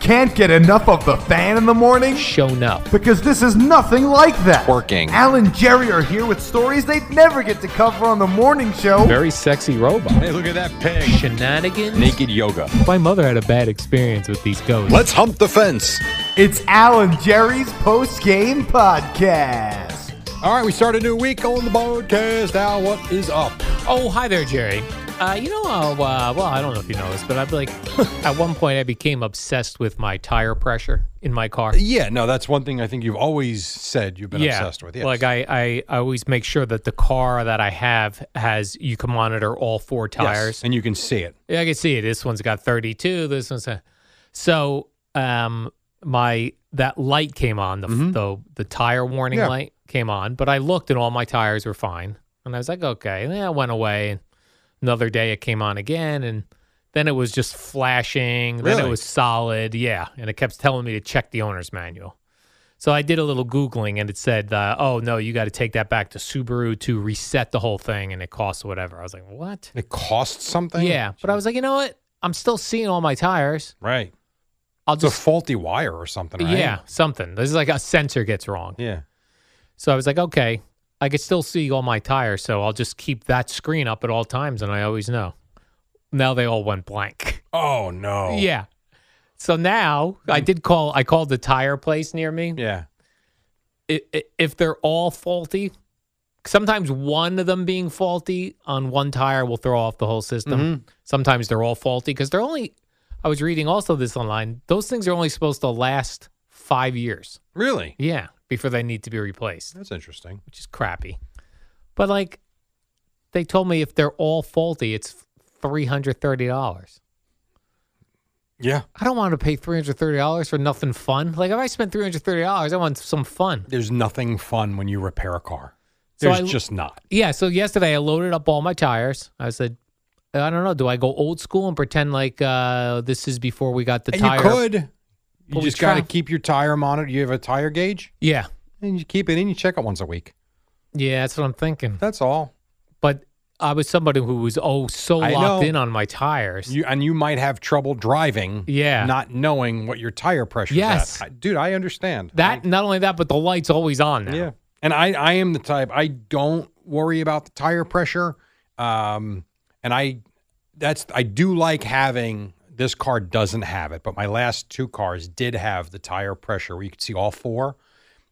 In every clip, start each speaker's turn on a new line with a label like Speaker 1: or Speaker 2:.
Speaker 1: Can't get enough of the fan in the morning?
Speaker 2: Shown up.
Speaker 1: Because this is nothing like that.
Speaker 3: Working.
Speaker 1: Al and Jerry are here with stories they'd never get to cover on the morning show.
Speaker 2: Very sexy robot.
Speaker 3: Hey, look at that pig.
Speaker 2: Shenanigans.
Speaker 3: Naked yoga.
Speaker 2: My mother had a bad experience with these ghosts.
Speaker 3: Let's hump the fence.
Speaker 1: It's Al and Jerry's post game podcast.
Speaker 3: All right, we start a new week on the podcast. Al, what is up?
Speaker 2: Oh, hi there, Jerry. Uh, you know, uh, uh, well, I don't know if you know this, but I'd be like, at one point, I became obsessed with my tire pressure in my car.
Speaker 3: Yeah, no, that's one thing I think you've always said you've been
Speaker 2: yeah,
Speaker 3: obsessed with. Yes.
Speaker 2: like I, I, I always make sure that the car that I have has you can monitor all four
Speaker 3: Yes,
Speaker 2: tires.
Speaker 3: and you can see it.
Speaker 2: Yeah, I can see it. This one's got 32. This one's a... so um my that light came on the the the tire warning
Speaker 3: Mm-hmm. Yeah.
Speaker 2: light came on, but I looked and all my tires were fine, and I was like, okay, and then it went away. And another day it came on again, and then it was just flashing. Then
Speaker 3: Really?
Speaker 2: it was solid, yeah, and it kept telling me to check the owner's manual. So I did a little googling, and it said, uh, "Oh no, you got to take that back to Subaru to reset the whole thing, and it costs whatever." I was like, "What?"
Speaker 3: It costs something.
Speaker 2: Yeah, but I was like, you know what? I'm still seeing all my tires.
Speaker 3: right.
Speaker 2: I'll
Speaker 3: It's a
Speaker 2: just
Speaker 3: faulty wire or something, right?
Speaker 2: yeah something. This is like a sensor gets wrong.
Speaker 3: Yeah.
Speaker 2: So I was like, okay, I could still see all my tires, so I'll just keep that screen up at all times, and I always know. Now they all went blank.
Speaker 3: Oh Hmm. no.
Speaker 2: Yeah. So now I did call. I called the tire place near me.
Speaker 3: Yeah.
Speaker 2: I- i- If they're all faulty, sometimes one of them being faulty on one tire will throw off the whole system. Sometimes they're all faulty because they're only. I was reading also this online. Those things are only supposed to last five years.
Speaker 3: Really?
Speaker 2: Yeah, before they need to be replaced,
Speaker 3: That's interesting.
Speaker 2: which is crappy. But like, they told me if they're all faulty, it's three hundred thirty dollars.
Speaker 3: Yeah.
Speaker 2: I don't want to pay three hundred thirty dollars for nothing fun. Like if I spent three hundred thirty dollars, I want some fun.
Speaker 3: There's nothing fun when you repair a car.
Speaker 2: So
Speaker 3: There's
Speaker 2: I-
Speaker 3: just not.
Speaker 2: Yeah. So yesterday I loaded up all my tires. I said, I don't know. Do I go old school and pretend like uh, this is before we got the
Speaker 3: and
Speaker 2: tire?
Speaker 3: you could. You
Speaker 2: Well, we
Speaker 3: just got to
Speaker 2: try.
Speaker 3: keep your tire monitor. You have a tire gauge,
Speaker 2: Yeah.
Speaker 3: and you keep it in. You check it once a week.
Speaker 2: Yeah, that's what I'm thinking.
Speaker 3: That's all.
Speaker 2: But I was somebody who was oh so
Speaker 3: I
Speaker 2: locked
Speaker 3: know.
Speaker 2: in on my tires.
Speaker 3: You and you might have trouble driving.
Speaker 2: Yeah.
Speaker 3: Not knowing what your tire pressure
Speaker 2: Yes.
Speaker 3: is. At. I- Dude, I understand.
Speaker 2: that not only that, but the light's always on now.
Speaker 3: yeah. And I I am the type I don't worry about the tire pressure. Um and I that's I do like having this car doesn't have it, but my last two cars did have the tire pressure where you could see all four.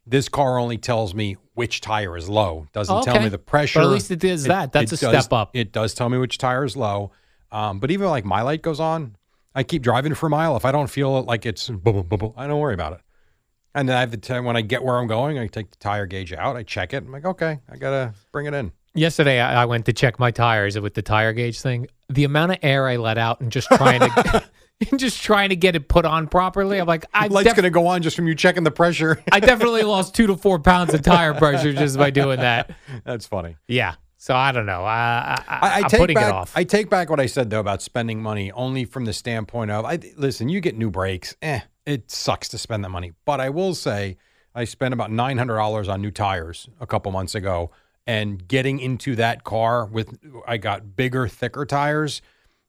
Speaker 3: This car only tells me which tire is low. Doesn't tell
Speaker 2: Okay.
Speaker 3: me the pressure.
Speaker 2: But at least it is that. That's a
Speaker 3: does-
Speaker 2: step up.
Speaker 3: It does tell me which tire is low. Um, but even like my light goes on, I keep driving for a mile. If I don't feel like it's, boom, boom, boom, boom, I don't worry about it. And then I have the time when I get where I'm going, I take the tire gauge out, I check it. I'm like, okay, I gotta bring it in.
Speaker 2: Yesterday, I I went to check my tires with the tire gauge thing. The amount of air I let out and just trying to, and just trying to get it put on properly. I'm like, I,
Speaker 3: Light's
Speaker 2: def-
Speaker 3: gonna go on just from you checking the pressure.
Speaker 2: I definitely lost two to four pounds of tire pressure just by doing that.
Speaker 3: That's funny.
Speaker 2: Yeah. So I don't know. I, I, I,
Speaker 3: I, I
Speaker 2: am
Speaker 3: take
Speaker 2: putting
Speaker 3: back,
Speaker 2: it off.
Speaker 3: I take back what I said though about spending money only from the standpoint of I listen, you get new brakes. Eh, it sucks to spend that money. But I will say I spent about nine hundred dollars on new tires a couple months ago. And getting into that car with I got bigger, thicker tires,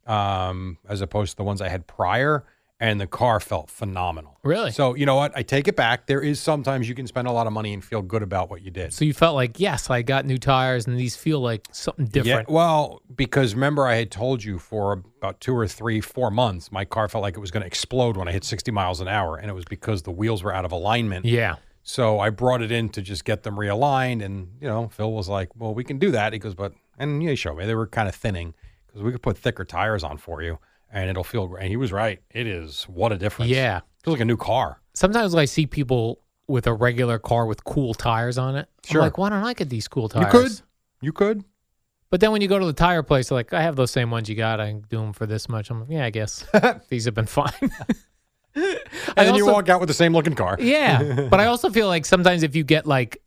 Speaker 3: um, as opposed to the ones I had prior. and the car felt phenomenal.
Speaker 2: Really?
Speaker 3: So you know what? I take it back. There is sometimes you can spend a lot of money and feel good about what you did.
Speaker 2: So you felt like, yes, I got new tires and these feel like something different.
Speaker 3: Yeah, well, because remember I had told you for about two or three, four months, my car felt like it was going to explode when I hit 60 miles an hour, and it was because the wheels were out of alignment.
Speaker 2: Yeah.
Speaker 3: So I brought it in to just get them realigned, and you know, Phil was like, "Well, we can do that." He goes, "But," and he showed me they were kind of thinning because we could put thicker tires on for you, and it'll feel. great. And he was right. It is what a difference.
Speaker 2: Yeah.
Speaker 3: feels like a new car.
Speaker 2: Sometimes I see people with a regular car with cool tires on it.
Speaker 3: Sure.
Speaker 2: I'm like, why don't I get these cool tires?
Speaker 3: You could, you could.
Speaker 2: But then when you go to the tire place, they're like, I have those same ones you got. I can do them for this much. I'm like, yeah, I guess these have been fine.
Speaker 3: And then you walk out with the same looking car.
Speaker 2: Yeah. but I also feel like sometimes if you get like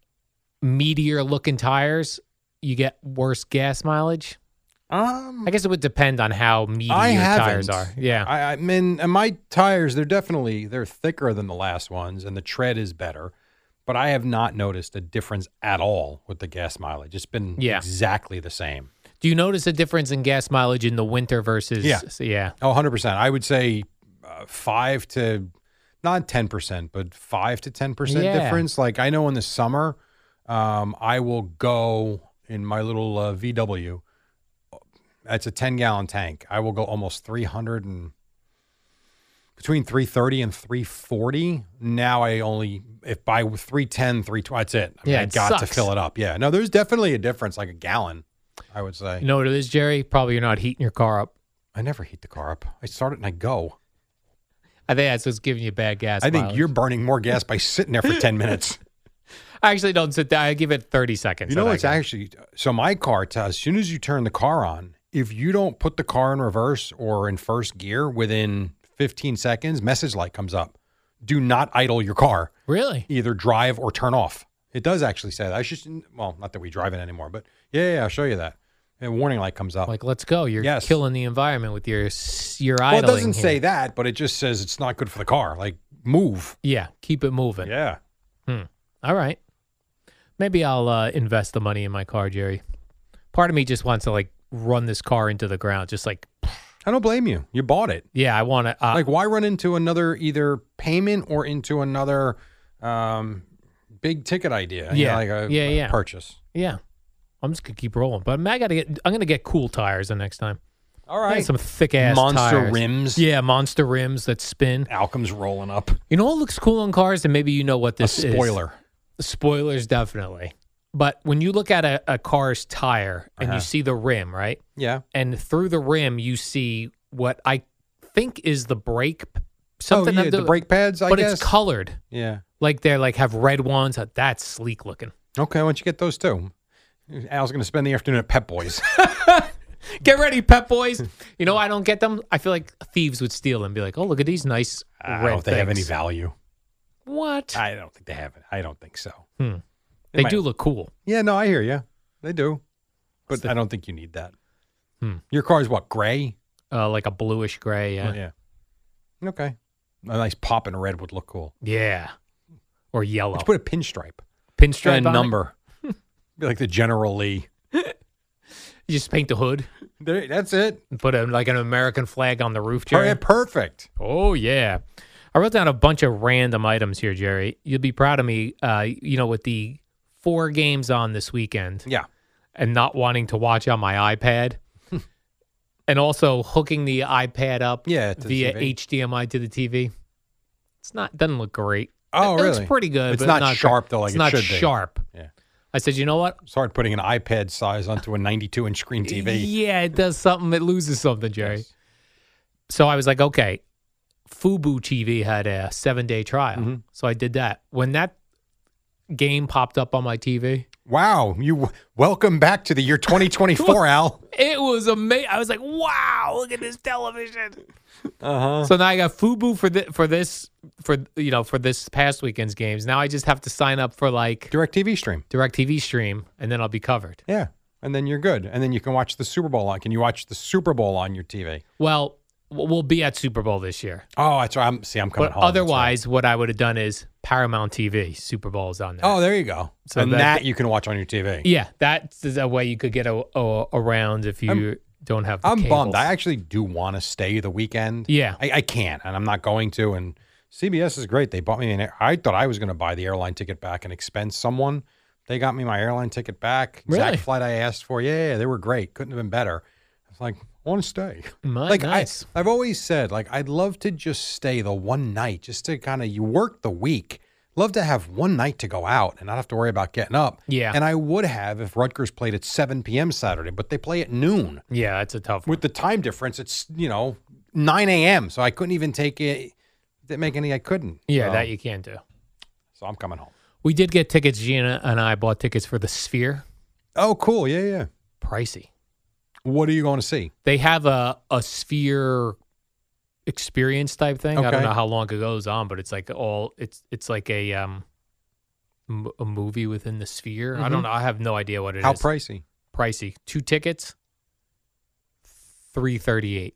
Speaker 2: meteor looking tires, you get worse gas mileage.
Speaker 3: Um,
Speaker 2: I guess it would depend on how meteor
Speaker 3: I haven't.
Speaker 2: tires are. Yeah.
Speaker 3: I, I mean, and my tires, they're definitely, they're thicker than the last ones and the tread is better, but I have not noticed a difference at all with the gas mileage. It's been
Speaker 2: Yeah.
Speaker 3: exactly the same.
Speaker 2: Do you notice a difference in gas mileage in the winter versus?
Speaker 3: Yeah.
Speaker 2: so- yeah.
Speaker 3: Oh, 100%. I would say uh, five to, not 10%, but five to 10%
Speaker 2: Yeah.
Speaker 3: difference. Like I know in the summer, um, I will go in my little uh, VW. It's a 10 gallon tank. I will go almost 300 and between 330 and 340. Now I only, if by 310, 320, that's it. I, mean,
Speaker 2: Yeah,
Speaker 3: I
Speaker 2: it
Speaker 3: got to
Speaker 2: sucks.
Speaker 3: fill it up. Yeah. No, there's definitely a difference, like a gallon, I would say.
Speaker 2: You know what it is, Jerry? Probably you're not heating your car up.
Speaker 3: I never heat the car up. I start it and I go.
Speaker 2: I think that's what's giving you bad gas.
Speaker 3: I think
Speaker 2: mileage.
Speaker 3: you're burning more gas by sitting there for 10 minutes.
Speaker 2: I actually don't sit down. I give it 30 seconds.
Speaker 3: You know
Speaker 2: I
Speaker 3: what's
Speaker 2: think.
Speaker 3: actually so my car t- as soon as you turn the car on, if you don't put the car in reverse or in first gear within 15 seconds, message light comes up. Do not idle your car.
Speaker 2: Really?
Speaker 3: Either drive or turn off. It does actually say that. I should well, not that we drive it anymore, but yeah, yeah, I'll show you that. And warning light comes up.
Speaker 2: Like, let's go. You're
Speaker 3: Yes.
Speaker 2: killing the environment with your s- your
Speaker 3: well, it
Speaker 2: idling.
Speaker 3: doesn't
Speaker 2: here.
Speaker 3: say that, but it just says it's not good for the car. Like move.
Speaker 2: Yeah, keep it moving.
Speaker 3: Yeah.
Speaker 2: All right. Maybe I'll uh, invest the money in my car, Jerry. Part of me just wants to like run this car into the ground. Just like,
Speaker 3: I don't blame you. You bought it.
Speaker 2: yeah, I want to. Uh,
Speaker 3: like why run into another either payment or into another um big ticket idea you know,
Speaker 2: Yeah.
Speaker 3: like a,
Speaker 2: Yeah,
Speaker 3: a
Speaker 2: yeah.
Speaker 3: purchase
Speaker 2: yeah, I'm just gonna keep rolling. But I gotta get. I'm gonna get cool tires the next time.
Speaker 3: all
Speaker 2: I
Speaker 3: right
Speaker 2: got some thick ass
Speaker 3: monster
Speaker 2: tires.
Speaker 3: rims
Speaker 2: Yeah, monster rims that spin.
Speaker 3: alchem's rolling up
Speaker 2: You know what looks cool on cars, and maybe you know what
Speaker 3: a
Speaker 2: this is.
Speaker 3: spoiler
Speaker 2: Spoilers, definitely. But when you look at a, a car's tire and
Speaker 3: Uh-huh.
Speaker 2: you see the rim, right?
Speaker 3: yeah
Speaker 2: and through the rim you see what I think is the brake p- something
Speaker 3: oh,
Speaker 2: of
Speaker 3: yeah, the brake pads i
Speaker 2: but
Speaker 3: guess
Speaker 2: it's colored.
Speaker 3: yeah
Speaker 2: Like they're like have red ones. Uh, That's sleek looking.
Speaker 3: okay why don't you get those too al's gonna spend the afternoon at pep boys
Speaker 2: Get ready, Pep Boys. you know I don't get them. I feel like thieves would steal them. and Be like, oh look at these nice
Speaker 3: i don't
Speaker 2: red
Speaker 3: know if they have any
Speaker 2: things."
Speaker 3: value
Speaker 2: What?
Speaker 3: i don't think they have it i don't think so
Speaker 2: they
Speaker 3: might-
Speaker 2: do look cool.
Speaker 3: yeah no i hear you they do but i don't think you need that
Speaker 2: Hmm.
Speaker 3: your car's what gray
Speaker 2: Uh, like a bluish gray. uh, Yeah.
Speaker 3: Yeah. Okay. A nice pop in red would look cool.
Speaker 2: Yeah. Or yellow.
Speaker 3: Let's put a pinstripe.
Speaker 2: Pinstripe
Speaker 3: and
Speaker 2: on it.
Speaker 3: number. Be like the General Lee.
Speaker 2: You just paint the hood
Speaker 3: There, that's it.
Speaker 2: and put a, like an American flag on the roof.
Speaker 3: Per-
Speaker 2: Jerry.
Speaker 3: perfect.
Speaker 2: Oh yeah, I wrote down a bunch of random items here, Jerry. You'll be proud of me. Uh, you know, with the four games on this weekend
Speaker 3: Yeah.
Speaker 2: and not wanting to watch on my iPad, and also hooking the iPad up
Speaker 3: Yeah, to the
Speaker 2: via
Speaker 3: TV.
Speaker 2: HDMI to the TV. It's not doesn't look great.
Speaker 3: Oh,
Speaker 2: it looks
Speaker 3: really?
Speaker 2: pretty good.
Speaker 3: It's
Speaker 2: but
Speaker 3: not
Speaker 2: great.
Speaker 3: sharp, though, like
Speaker 2: it's
Speaker 3: it
Speaker 2: not
Speaker 3: should be.
Speaker 2: sharp.
Speaker 3: Yeah.
Speaker 2: I said, you know what?
Speaker 3: Start putting an iPad size onto a 92 inch screen TV.
Speaker 2: Yeah, it does something. It loses something, Jerry.
Speaker 3: Yes.
Speaker 2: So I was like, okay, Fubu TV had a seven day trial.
Speaker 3: Mm-hmm.
Speaker 2: So I did that. When that game popped up on my TV,
Speaker 3: Wow. You welcome back to the year 2024, Al.
Speaker 2: it was amazing. I was like, wow, look at this television.
Speaker 3: Uh huh.
Speaker 2: So now I got Fubu for thi- for this for you know for this past weekend's games. Now I just have to sign up for like
Speaker 3: Direct TV stream.
Speaker 2: Direct TV stream, and then I'll be covered.
Speaker 3: Yeah. And then you're good. And then you can watch the Super Bowl on. Can you watch the Super Bowl on your TV?
Speaker 2: Well, w- we'll be at Super Bowl this year.
Speaker 3: Oh, that's right. I'm see. I'm coming
Speaker 2: But
Speaker 3: home. That's right.
Speaker 2: otherwise, what I would have done is Paramount TV. Super Bowl is on there.
Speaker 3: Oh, there you go.
Speaker 2: So
Speaker 3: and
Speaker 2: that-
Speaker 3: that, you can watch on your TV.
Speaker 2: yeah, that's a way you could get a, a, around if you don't have. The
Speaker 3: I'm
Speaker 2: cables.
Speaker 3: bummed. I actually do want to stay the weekend.
Speaker 2: Yeah.
Speaker 3: I, I can't, and I'm not going to. And CBS is great. They bought me an. air- I thought I was going to buy the airline ticket back and expense someone. They got me my airline ticket back. Exact
Speaker 2: Really?
Speaker 3: flight I asked for. Yeah, yeah, they were great. Couldn't have been better. I was like, I want to stay.
Speaker 2: My-
Speaker 3: like
Speaker 2: nice.
Speaker 3: I, I've always said, like I'd love to just stay the one night, just to kind of you work the week. Love to have one night to go out and not have to worry about getting up.
Speaker 2: Yeah.
Speaker 3: And I would have if Rutgers played at 7 p.m. Saturday, but they play at noon
Speaker 2: yeah, that's a tough one.
Speaker 3: with the time difference, it's you know nine a.m. So I couldn't even take it. Didn't make any. I couldn't.
Speaker 2: Yeah,
Speaker 3: so,
Speaker 2: that you can't do.
Speaker 3: so I'm coming home.
Speaker 2: We did get tickets. Gina and I bought tickets for the Sphere.
Speaker 3: Oh, cool. Yeah, yeah.
Speaker 2: Pricey.
Speaker 3: What are you going to see?
Speaker 2: They have a a Sphere experience type thing. I don't
Speaker 3: Okay.
Speaker 2: know how long it goes on, but it's like all it's it's like a um m- a movie within the Sphere. I don't know. I have no idea what it is.
Speaker 3: Mm-hmm. How pricey?
Speaker 2: pricey. Two tickets, three thirty eight.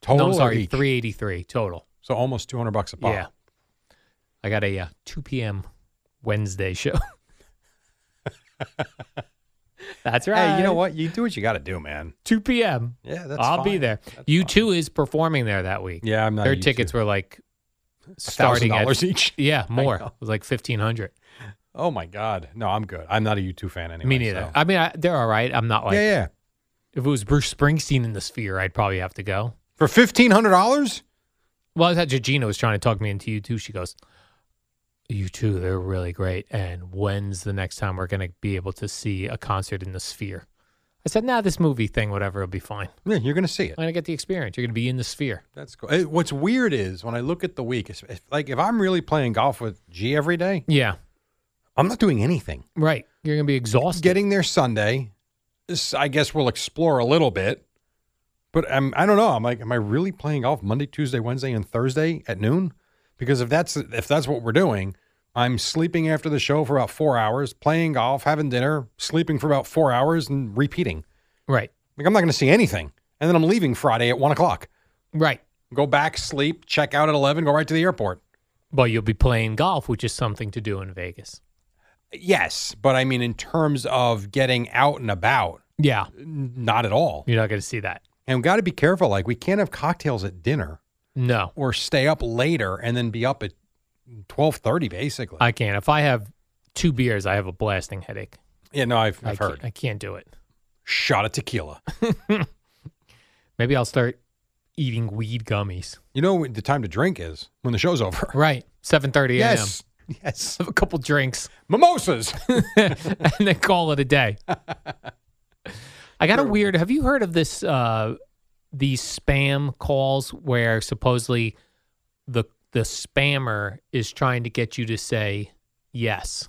Speaker 3: Total.
Speaker 2: no,
Speaker 3: or
Speaker 2: I'm sorry,
Speaker 3: each?
Speaker 2: three eighty three total.
Speaker 3: So almost two hundred bucks a pop.
Speaker 2: Yeah, I got a uh, two p.m. Wednesday show. That's right.
Speaker 3: Hey, you know what? You do what you got to do, man.
Speaker 2: Two p.m.
Speaker 3: Yeah, that's.
Speaker 2: I'll be
Speaker 3: fine.
Speaker 2: there.
Speaker 3: That's
Speaker 2: U
Speaker 3: fine.
Speaker 2: two is performing there that week.
Speaker 3: Yeah, I'm not.
Speaker 2: Their tickets were like
Speaker 3: thousand
Speaker 2: starting at
Speaker 3: dollars each.
Speaker 2: yeah more.
Speaker 3: know.
Speaker 2: It was like fifteen hundred.
Speaker 3: Oh my god. No, I'm good. I'm not a U2 fan anyway.
Speaker 2: Me neither.
Speaker 3: so-
Speaker 2: I mean, I, they're all right. I'm not like
Speaker 3: yeah, yeah.
Speaker 2: if it was Bruce Springsteen in the Sphere, I'd probably have to go.
Speaker 3: For fifteen hundred dollars.
Speaker 2: Well, I thought Georgina was trying to talk me into you too. She goes, "You too. They're really great." And when's the next time we're going to be able to see a concert in the Sphere? I said, "Nah, this movie thing, whatever, will be fine.
Speaker 3: Yeah, you're gonna see it.
Speaker 2: I'm going to get the experience. You're going to be in the Sphere."
Speaker 3: That's cool. Eh, What's weird is when I look at the week, it's, it's like if I'm really playing golf with G every day,
Speaker 2: Yeah,
Speaker 3: I'm not doing anything.
Speaker 2: right. You're going to be exhausted.
Speaker 3: Getting there Sunday, this, I guess we'll explore a little bit. But I'm, I don't know. I'm like, am I really playing golf Monday, Tuesday, Wednesday, and Thursday at noon? Because if that's if that's what we're doing, I'm sleeping after the show for about four hours, playing golf, having dinner, sleeping for about four hours, and repeating.
Speaker 2: right,
Speaker 3: Like I'm not going to see anything, and then I'm leaving Friday at one o'clock.
Speaker 2: right.
Speaker 3: Go back, sleep, check out at eleven, go right to the airport.
Speaker 2: Well, you'll be playing golf, which is something to do in Vegas.
Speaker 3: Yes, but I mean, in terms of getting out and about,
Speaker 2: Yeah,
Speaker 3: n- not at all.
Speaker 2: you're not going to see that.
Speaker 3: And we got to be careful. Like, we can't have cocktails at dinner
Speaker 2: No,
Speaker 3: or stay up later and then be up at twelve thirty, basically.
Speaker 2: I can't. If I have two beers, I have a blasting headache.
Speaker 3: yeah, no, I've,
Speaker 2: I
Speaker 3: I've
Speaker 2: can't,
Speaker 3: heard.
Speaker 2: I can't do it.
Speaker 3: Shot of tequila.
Speaker 2: Maybe I'll start eating weed gummies.
Speaker 3: You know when the time to drink is when the show's over.
Speaker 2: Right. 7:30 a.m.
Speaker 3: Yes, yes,
Speaker 2: Have a couple drinks
Speaker 3: mimosas.
Speaker 2: and then call it a day. I got a weird. Have you heard of this uh these spam calls where supposedly the the spammer is trying to get you to say yes.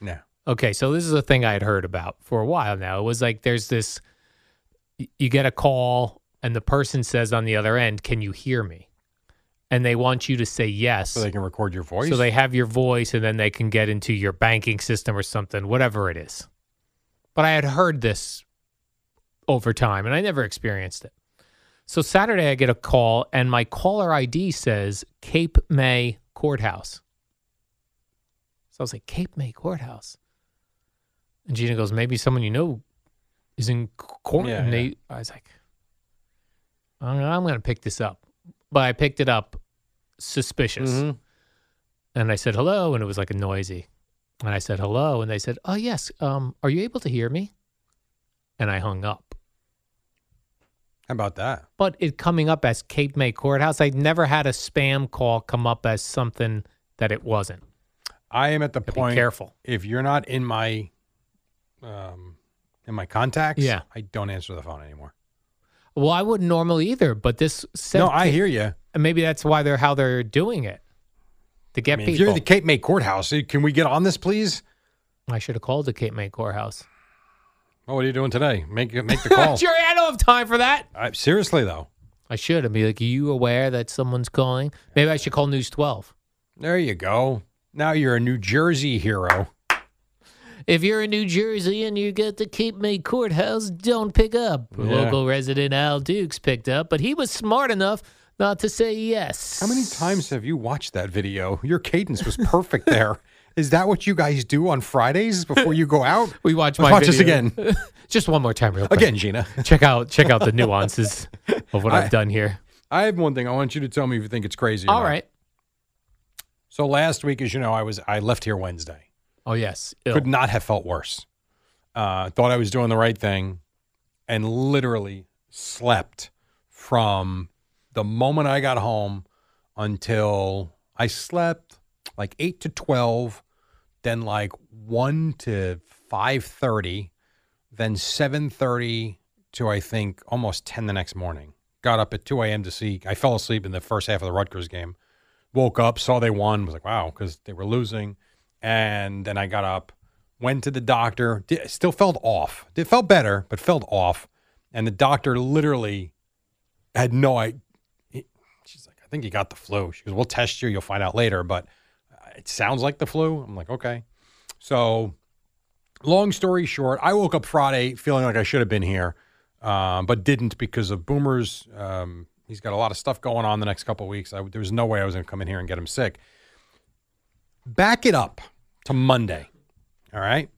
Speaker 3: no,
Speaker 2: Okay, so this is a thing I had heard about for a while now. It was like there's this y- you get a call and the person says on the other end, "Can you hear me?" And they want you to say yes.
Speaker 3: so they can record your voice.
Speaker 2: So they have your voice and then they can get into your banking system or something, whatever it is. But I had heard this over time and I never experienced it. So Saturday, I get a call and my caller ID says Cape May Courthouse. So I was like, Cape May Courthouse. And Gina goes, maybe someone you know is in court.
Speaker 3: Yeah,
Speaker 2: and
Speaker 3: yeah.
Speaker 2: they, I was like, I don't know, I'm going to pick this up. But I picked it up suspicious.
Speaker 3: Mhm.
Speaker 2: And I said hello, and it was like a noisy. And I said hello, and they said, "Oh yes, um, are you able to hear me?" And I hung up.
Speaker 3: How about that?
Speaker 2: But it coming up as Cape May Courthouse, I never had a spam call come up as something that it wasn't.
Speaker 3: I am at the
Speaker 2: Gotta Be
Speaker 3: point.
Speaker 2: careful.
Speaker 3: if you're not in my um in my contacts,
Speaker 2: Yeah.
Speaker 3: I don't answer the phone anymore.
Speaker 2: Well, I wouldn't normally either, but this said,
Speaker 3: no, I hear you.
Speaker 2: and maybe that's why they're how they're doing it to get
Speaker 3: if
Speaker 2: people.
Speaker 3: you're the Cape May courthouse, eh, can we get on this, please?
Speaker 2: I should have called the Cape May Courthouse.
Speaker 3: Oh, what are you doing today? Make make the call.
Speaker 2: Jerry, I don't have time for that.
Speaker 3: I- Uh, seriously though,
Speaker 2: I should. I'd be like, "Are you aware that someone's calling?" Maybe I should call News Twelve.
Speaker 3: there you go. Now you're a New Jersey hero.
Speaker 2: If you're in New Jersey and you get the Cape May Courthouse, don't pick up.
Speaker 3: Yeah.
Speaker 2: Local resident Al Dukes picked up, but he was smart enough not to say yes.
Speaker 3: How many times have you watched that video? Your cadence was perfect there. Is that what you guys do on Fridays before you go out?
Speaker 2: We watch my
Speaker 3: Let's watch this
Speaker 2: video.
Speaker 3: again.
Speaker 2: Just one more time, real quick.
Speaker 3: Again, Gina.
Speaker 2: check out check out the nuances of what I,
Speaker 3: I-
Speaker 2: have done here.
Speaker 3: I have one thing. I want you to tell me if you think it's crazy. or
Speaker 2: All
Speaker 3: not.
Speaker 2: right.
Speaker 3: So last week, as you know, I was I left here Wednesday.
Speaker 2: Oh yes. Ill.
Speaker 3: Could not have felt worse. Uh, thought I was doing the right thing, and literally slept from the moment I got home until I slept like eight to twelve, then like one to five thirty, then seven thirty to I think almost ten the next morning. Got up at two a.m. to see. I fell asleep in the first half of the Rutgers game. Woke up, saw they won. Was like, wow, because they were losing. And then I got up, went to the doctor. Di still felt off. It felt better, but felt off. And the doctor literally had no idea. She's like, I think you got the flu. She goes, We'll test you. You'll find out later. But uh, it sounds like the flu. I'm like, okay. So, long story short, I woke up Friday feeling like I should have been here, um, but didn't because of Boomer's. Um, he's got a lot of stuff going on the next couple of weeks. I, there was no way I was going to come in here and get him sick. Back it up to Monday. All right.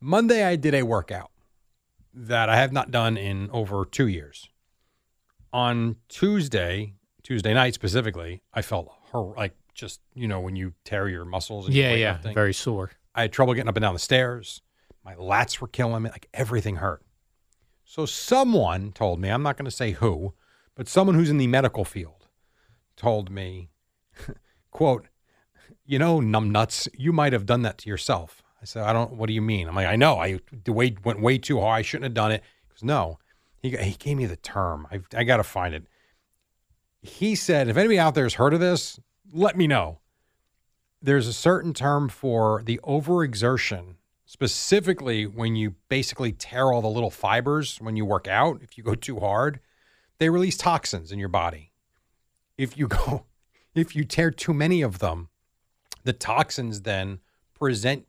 Speaker 3: Monday, I did a workout that I have not done in over two years. On Tuesday, Tuesday night specifically, I felt hor- like just, you know, when you tear your muscles. And
Speaker 2: Yeah,
Speaker 3: your
Speaker 2: yeah.
Speaker 3: weightlifting.
Speaker 2: Very sore.
Speaker 3: I had trouble getting up and down the stairs. My lats were killing me. Like everything hurt. So someone told me, I'm not going to say who, but someone who's in the medical field told me, quote, you know, numbnuts, you might have done that to yourself. I said, I don't, what do you mean? I'm like, I know. I the weight went way too high. I shouldn't have done it. He goes, no. He, he gave me the term. I've, I got to find it. He said, if anybody out there has heard of this, let me know there's a certain term for the overexertion, specifically when you basically tear all the little fibers when you work out. If you go too hard, they release toxins in your body. If you go, if you tear too many of them, the toxins then present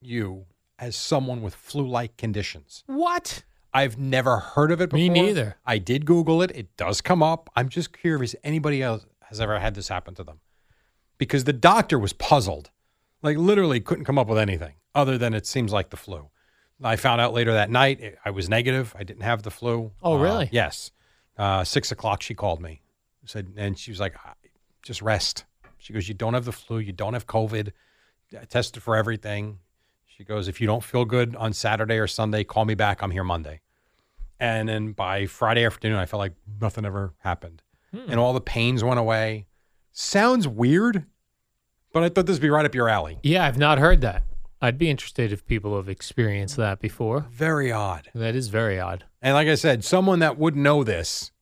Speaker 3: you as someone with flu like conditions.
Speaker 2: What?
Speaker 3: I've never heard of it
Speaker 2: Me
Speaker 3: before.
Speaker 2: neither.
Speaker 3: I did Google it. It does come up. I'm just curious if anybody else has ever had this happen to them. Because the doctor was puzzled. Like literally couldn't come up with anything other than it seems like the flu. I found out later that night it, I was negative. I didn't have the flu.
Speaker 2: Oh,
Speaker 3: Uh,
Speaker 2: really?
Speaker 3: yes. Uh, six o'clock, she called me. Said, and she was like, "I- just rest. She goes, you don't have the flu. You don't have COVID. I tested for everything. She goes, if you don't feel good on Saturday or Sunday, call me back. I'm here Monday. And then by Friday afternoon, I felt like nothing ever happened.
Speaker 2: Hmm.
Speaker 3: And all the pains went away. Sounds weird, but I thought this would be right up your alley.
Speaker 2: Yeah, I've not heard that. I'd be interested if people have experienced that before.
Speaker 3: Very odd.
Speaker 2: That is very odd.
Speaker 3: And like I said, someone that would know this,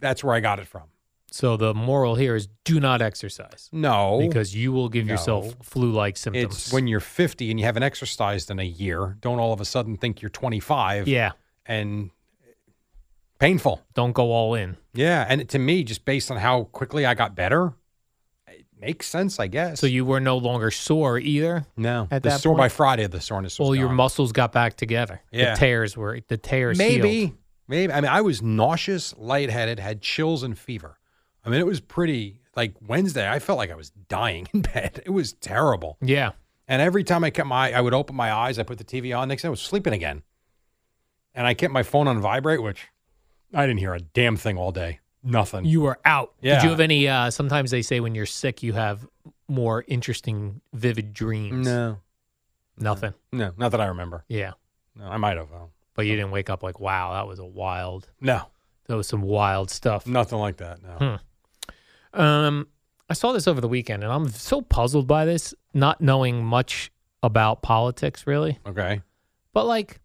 Speaker 3: that's where I got it from.
Speaker 2: So the moral here is do not exercise
Speaker 3: No.
Speaker 2: because you will give
Speaker 3: No.
Speaker 2: yourself flu-like symptoms.
Speaker 3: it's when you're 50 and you haven't exercised in a year. Don't all of a sudden think you're 25
Speaker 2: yeah,
Speaker 3: and painful.
Speaker 2: don't go all in.
Speaker 3: Yeah, and to me, just based on how quickly I got better, it makes sense, I guess.
Speaker 2: So you were no longer sore either.
Speaker 3: no
Speaker 2: at
Speaker 3: the
Speaker 2: that
Speaker 3: sore by
Speaker 2: point-
Speaker 3: Friday, the soreness. was
Speaker 2: Well, your
Speaker 3: gone.
Speaker 2: muscles got back together.
Speaker 3: Yeah.
Speaker 2: The tears were the tears. healed.
Speaker 3: maybe, maybe. I mean, I was nauseous, lightheaded, had chills and fever. I mean, it was pretty. Like Wednesday, I felt like I was dying in bed. It was terrible.
Speaker 2: Yeah.
Speaker 3: And every time I kept my, I would open my eyes, I put the TV on. Next, thing I was sleeping again, and I kept my phone on vibrate, which I didn't hear a damn thing all day. Nothing.
Speaker 2: You were out. Did
Speaker 3: Yeah.
Speaker 2: you have any? Uh, sometimes they say when you're sick, you have more interesting, vivid dreams.
Speaker 3: no,
Speaker 2: Nothing.
Speaker 3: no, not that I remember.
Speaker 2: Yeah.
Speaker 3: No, I might have. I don't-
Speaker 2: But you didn't wake up like, wow, that was a wild,
Speaker 3: No,
Speaker 2: that was some wild stuff.
Speaker 3: nothing like that. No.
Speaker 2: Hmm. Um, I saw this over the weekend and I'm so puzzled by this, not knowing much about politics really.
Speaker 3: Okay.
Speaker 2: But like,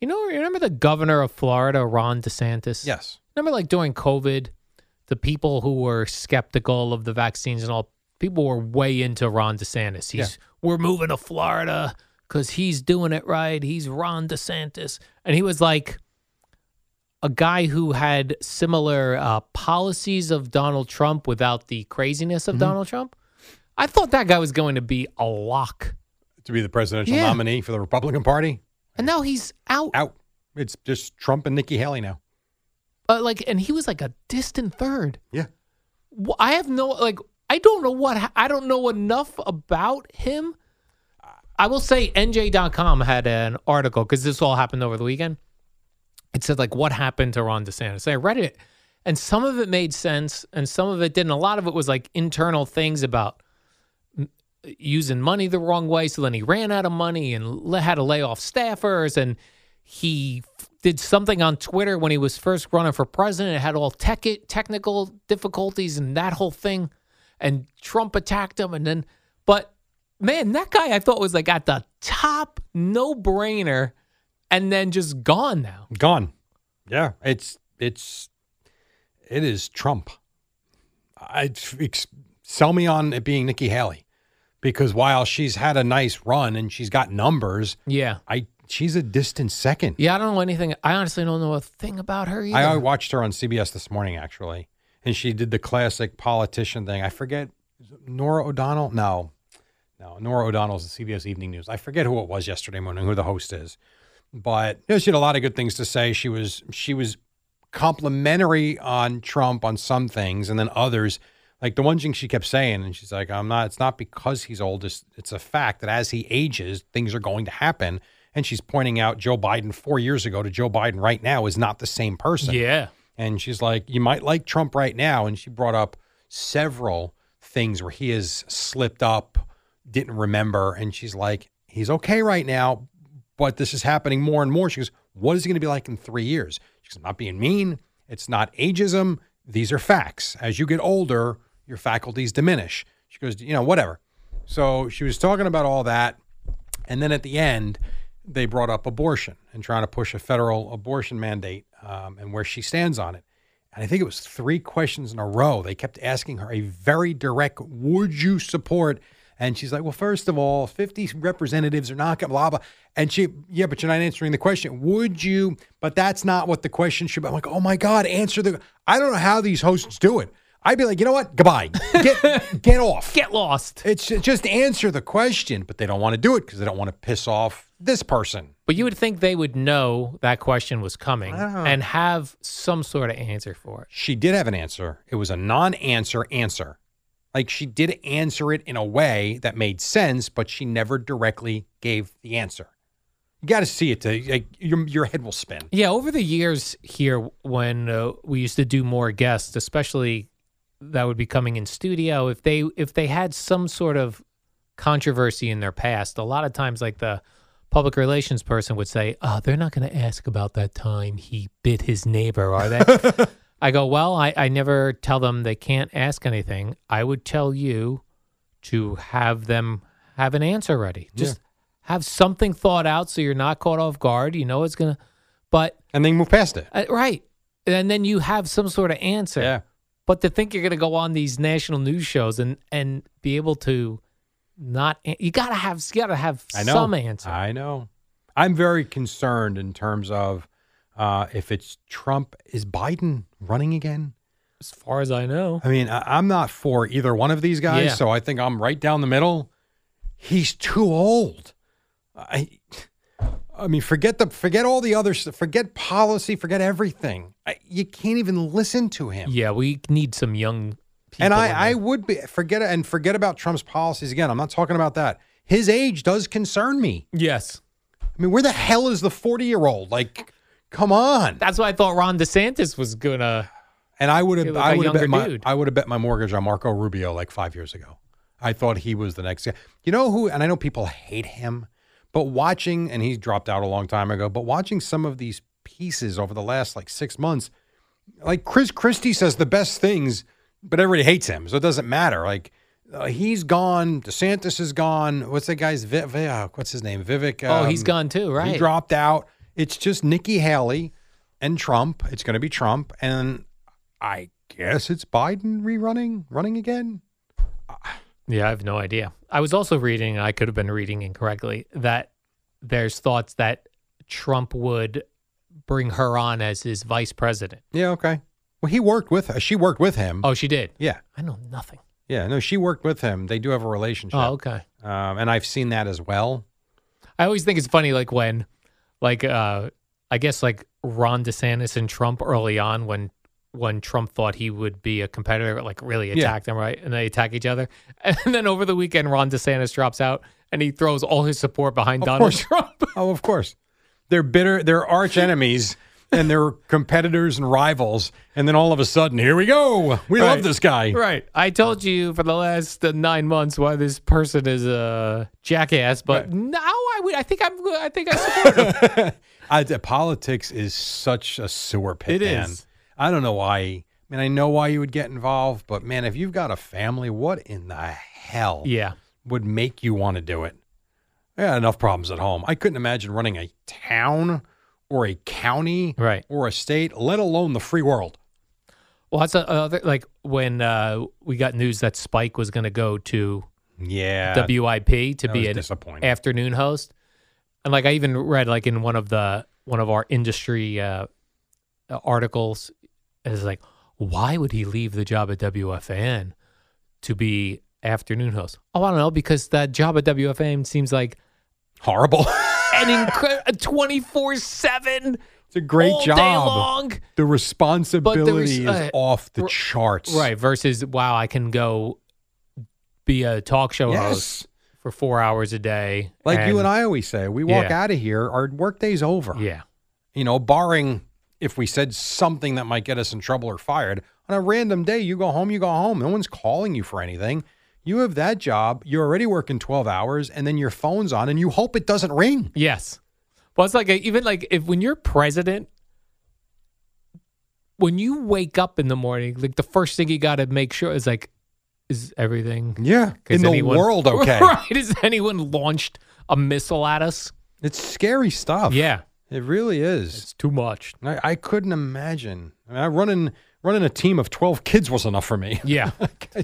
Speaker 2: you know, remember the governor of Florida, Ron DeSantis?
Speaker 3: Yes.
Speaker 2: Remember like during COVID, the people who were skeptical of the vaccines and all, people were way into Ron DeSantis. He's we're moving to Florida because he's doing it right. He's Ron DeSantis. And he was like a guy who had similar uh, policies of Donald Trump without the craziness of Donald Trump. I thought that guy was going to be a lock.
Speaker 3: To be the presidential
Speaker 2: Yeah.
Speaker 3: nominee for the Republican Party.
Speaker 2: And now he's out.
Speaker 3: Out. It's just Trump and Nikki Haley now.
Speaker 2: Uh, like, and he was like a distant third.
Speaker 3: Yeah.
Speaker 2: Wh- I have no like. I don't know what ha- I don't know enough about him. I will say NJ.com had an article because this all happened over the weekend. It said like what happened to Ron DeSantis. I read it, and some of it made sense, and some of it didn't. A lot of it was like internal things about mm, using money the wrong way. So then he ran out of money and le- had to lay off staffers, and he f- did something on Twitter when he was first running for president. It had all tech- technical difficulties and that whole thing and Trump attacked him. And then, but man, that guy I thought was like at the top, no brainer, and then just gone now.
Speaker 3: Gone. Yeah, it's it's it is Trump. I ex- sell me on it being Nikki Haley because while she's had a nice run and she's got numbers,
Speaker 2: Yeah.
Speaker 3: I she's a distant second.
Speaker 2: Yeah, I don't know anything. I honestly don't know a thing about her either.
Speaker 3: I, I watched her on CBS this morning actually, and she did the classic politician thing. I forget is it Nora O'Donnell. No, no, Nora O'Donnell's the CBS Evening News. I forget who it was yesterday morning, who the host is, but you know, she had a lot of good things to say. She was she was complimentary on Trump on some things, and then others. Like the one thing she kept saying, and she's like, "I'm not. It's not because he's old. It's, it's a fact that as he ages, things are going to happen." And she's pointing out Joe Biden four years ago to Joe Biden right now is not the same person.
Speaker 2: yeah.
Speaker 3: And she's like, you might like Trump right now. And she brought up several things where he has slipped up, didn't remember. And she's like, he's okay right now, but this is happening more and more. She goes, what is he going to be like in three years? She goes, I'm not being mean. It's not ageism. These are facts. As you get older, your faculties diminish. She goes, you know, whatever. So she was talking about all that. And then at the end, they brought up abortion and trying to push a federal abortion mandate um, and where she stands on it. And I think it was three questions in a row. They kept asking her a very direct, would you support? And she's like, well, first of all, 50 representatives are not going to blah, blah. And she, yeah, but you're not answering the question. Would you? But that's not what the question should be. I'm like, oh my God, answer the. I don't know how these hosts do it. I'd be like, you know what? Goodbye. Get, get off.
Speaker 2: Get lost.
Speaker 3: It's ju- just answer the question, but they don't want to do it because they don't want to piss off this person.
Speaker 2: But you would think they would know that question was coming and have some sort of answer for it.
Speaker 3: She did have an answer. It was a non-answer answer. Like she did answer it in a way that made sense, but she never directly gave the answer. You got to see it to like your your head will spin.
Speaker 2: Yeah, over the years here, when uh, we used to do more guests, especially that would be coming in studio, if they if they had some sort of controversy in their past, a lot of times like the public relations person would say, "Oh, they're not going to ask about that time he bit his neighbor, are they?" I go, "Well, I, I never tell them they can't ask anything. I would tell you to have them have an answer ready. Just have something thought out so you're not caught off guard. You know it's gonna." But
Speaker 3: And then move past it.
Speaker 2: uh, right. And then you have some sort of answer.
Speaker 3: Yeah.
Speaker 2: But to think you're going to go on these national news shows and and be able to not an- you got to have you got to have
Speaker 3: I know.
Speaker 2: some answer.
Speaker 3: I know. I'm very concerned in terms of uh, if it's Trump. Is Biden running again?
Speaker 2: as far as I know.
Speaker 3: I mean, I, I'm not for either one of these guys,
Speaker 2: Yeah.
Speaker 3: so I think I'm right down the middle. He's too old. I, I mean, forget the forget all the other stuff. Forget policy. Forget everything. I, you can't even listen to him.
Speaker 2: Yeah, we need some young people.
Speaker 3: and
Speaker 2: in
Speaker 3: I, I
Speaker 2: there.
Speaker 3: would be forget and forget about Trump's policies again. I'm not talking about that. His age does concern me.
Speaker 2: yes.
Speaker 3: I mean, where the hell is the 40 year old? Like, come on.
Speaker 2: That's why I thought Ron DeSantis was going to
Speaker 3: And I would
Speaker 2: He
Speaker 3: have,
Speaker 2: looked
Speaker 3: I
Speaker 2: like
Speaker 3: would have
Speaker 2: younger
Speaker 3: bet my,
Speaker 2: dude.
Speaker 3: I would have bet my mortgage on Marco Rubio like five years ago. I thought he was the next guy. You know who? And I know people hate him, but watching, and he dropped out a long time ago. But watching some of these pieces over the last like six months, like Chris Christie says the best things, but everybody hates him, so it doesn't matter. Like uh, he's gone, DeSantis is gone. What's that guy's? Vi- Vi- uh, what's his name? Vivek.
Speaker 2: Oh, he's
Speaker 3: um,
Speaker 2: gone too,
Speaker 3: he
Speaker 2: right?
Speaker 3: dropped out. It's just Nikki Haley and Trump. It's going to be Trump, and I guess it's Biden rerunning, running again.
Speaker 2: Yeah, I have no idea. I was also reading, and I could have been reading incorrectly, that there's thoughts that Trump would bring her on as his vice president.
Speaker 3: Yeah, okay. Well, he worked with her. She worked with him.
Speaker 2: Oh, she did.
Speaker 3: Yeah,
Speaker 2: I know nothing.
Speaker 3: yeah. No, she worked with him. They do have a relationship.
Speaker 2: Oh, okay.
Speaker 3: Um, and I've seen that as well.
Speaker 2: I always think it's funny, like when, like, uh, I guess like Ron DeSantis and Trump early on when when Trump thought he would be a competitor, like really
Speaker 3: Yeah.
Speaker 2: attack them, right? And they attack each other. And then over the weekend, Ron DeSantis drops out and he throws all his support behind
Speaker 3: Of
Speaker 2: Donald
Speaker 3: course.
Speaker 2: Trump.
Speaker 3: Oh, of course. They're bitter. They're arch enemies and they're competitors and rivals. And then all of a sudden, here we go. We
Speaker 2: Right.
Speaker 3: love this guy.
Speaker 2: right. I told you for the last uh, nine months why this person is a jackass, but now I would. I think I'm. go- I think I support him.
Speaker 3: I, the politics is such a sewer pit.
Speaker 2: It
Speaker 3: man.
Speaker 2: is.
Speaker 3: I don't know why. I mean, I know why you would get involved, but man, if you've got a family, what in the hell
Speaker 2: yeah.
Speaker 3: would make you want to do it? I got enough problems at home. I couldn't imagine running a town or a county
Speaker 2: Right.
Speaker 3: or a state, let alone the free world.
Speaker 2: Well, that's a- other like when uh, we got news that Spike was going to go to
Speaker 3: Yeah.
Speaker 2: WIP to
Speaker 3: that
Speaker 2: be
Speaker 3: was
Speaker 2: an
Speaker 3: disappointing.
Speaker 2: afternoon host, and like I even read like in one of the one of our industry uh, uh, articles is like, why would he leave the job at WFN to be afternoon host? Oh, I don't know because that job at WFN seems like
Speaker 3: Horrible.
Speaker 2: an incredible twenty four seven
Speaker 3: it's a great job.
Speaker 2: day long.
Speaker 3: The responsibility
Speaker 2: uh,
Speaker 3: is off the
Speaker 2: r-
Speaker 3: charts.
Speaker 2: Right. Versus, wow, I can go be a talk show host
Speaker 3: Yes.
Speaker 2: for four hours a day.
Speaker 3: Like you and I always say, we walk
Speaker 2: Yeah.
Speaker 3: out of here, our workday's over.
Speaker 2: Yeah.
Speaker 3: You know, barring if we said something that might get us in trouble or fired, on a random day, you go home, you go home. No one's calling you for anything. You have that job, you're already working 12 hours, and then your phone's on, and you hope it doesn't ring.
Speaker 2: Yes. Well, it's like a, even like if when you're president, when you wake up in the morning, like the first thing you got to make sure is like, is everything
Speaker 3: Yeah.
Speaker 2: is
Speaker 3: In the
Speaker 2: anyone-
Speaker 3: world, okay.
Speaker 2: right? Has anyone launched a missile at us?
Speaker 3: It's scary stuff.
Speaker 2: Yeah,
Speaker 3: It really is.
Speaker 2: it's too much.
Speaker 3: I, I couldn't imagine. I mean, I running running a team of twelve kids was enough for me.
Speaker 2: Yeah,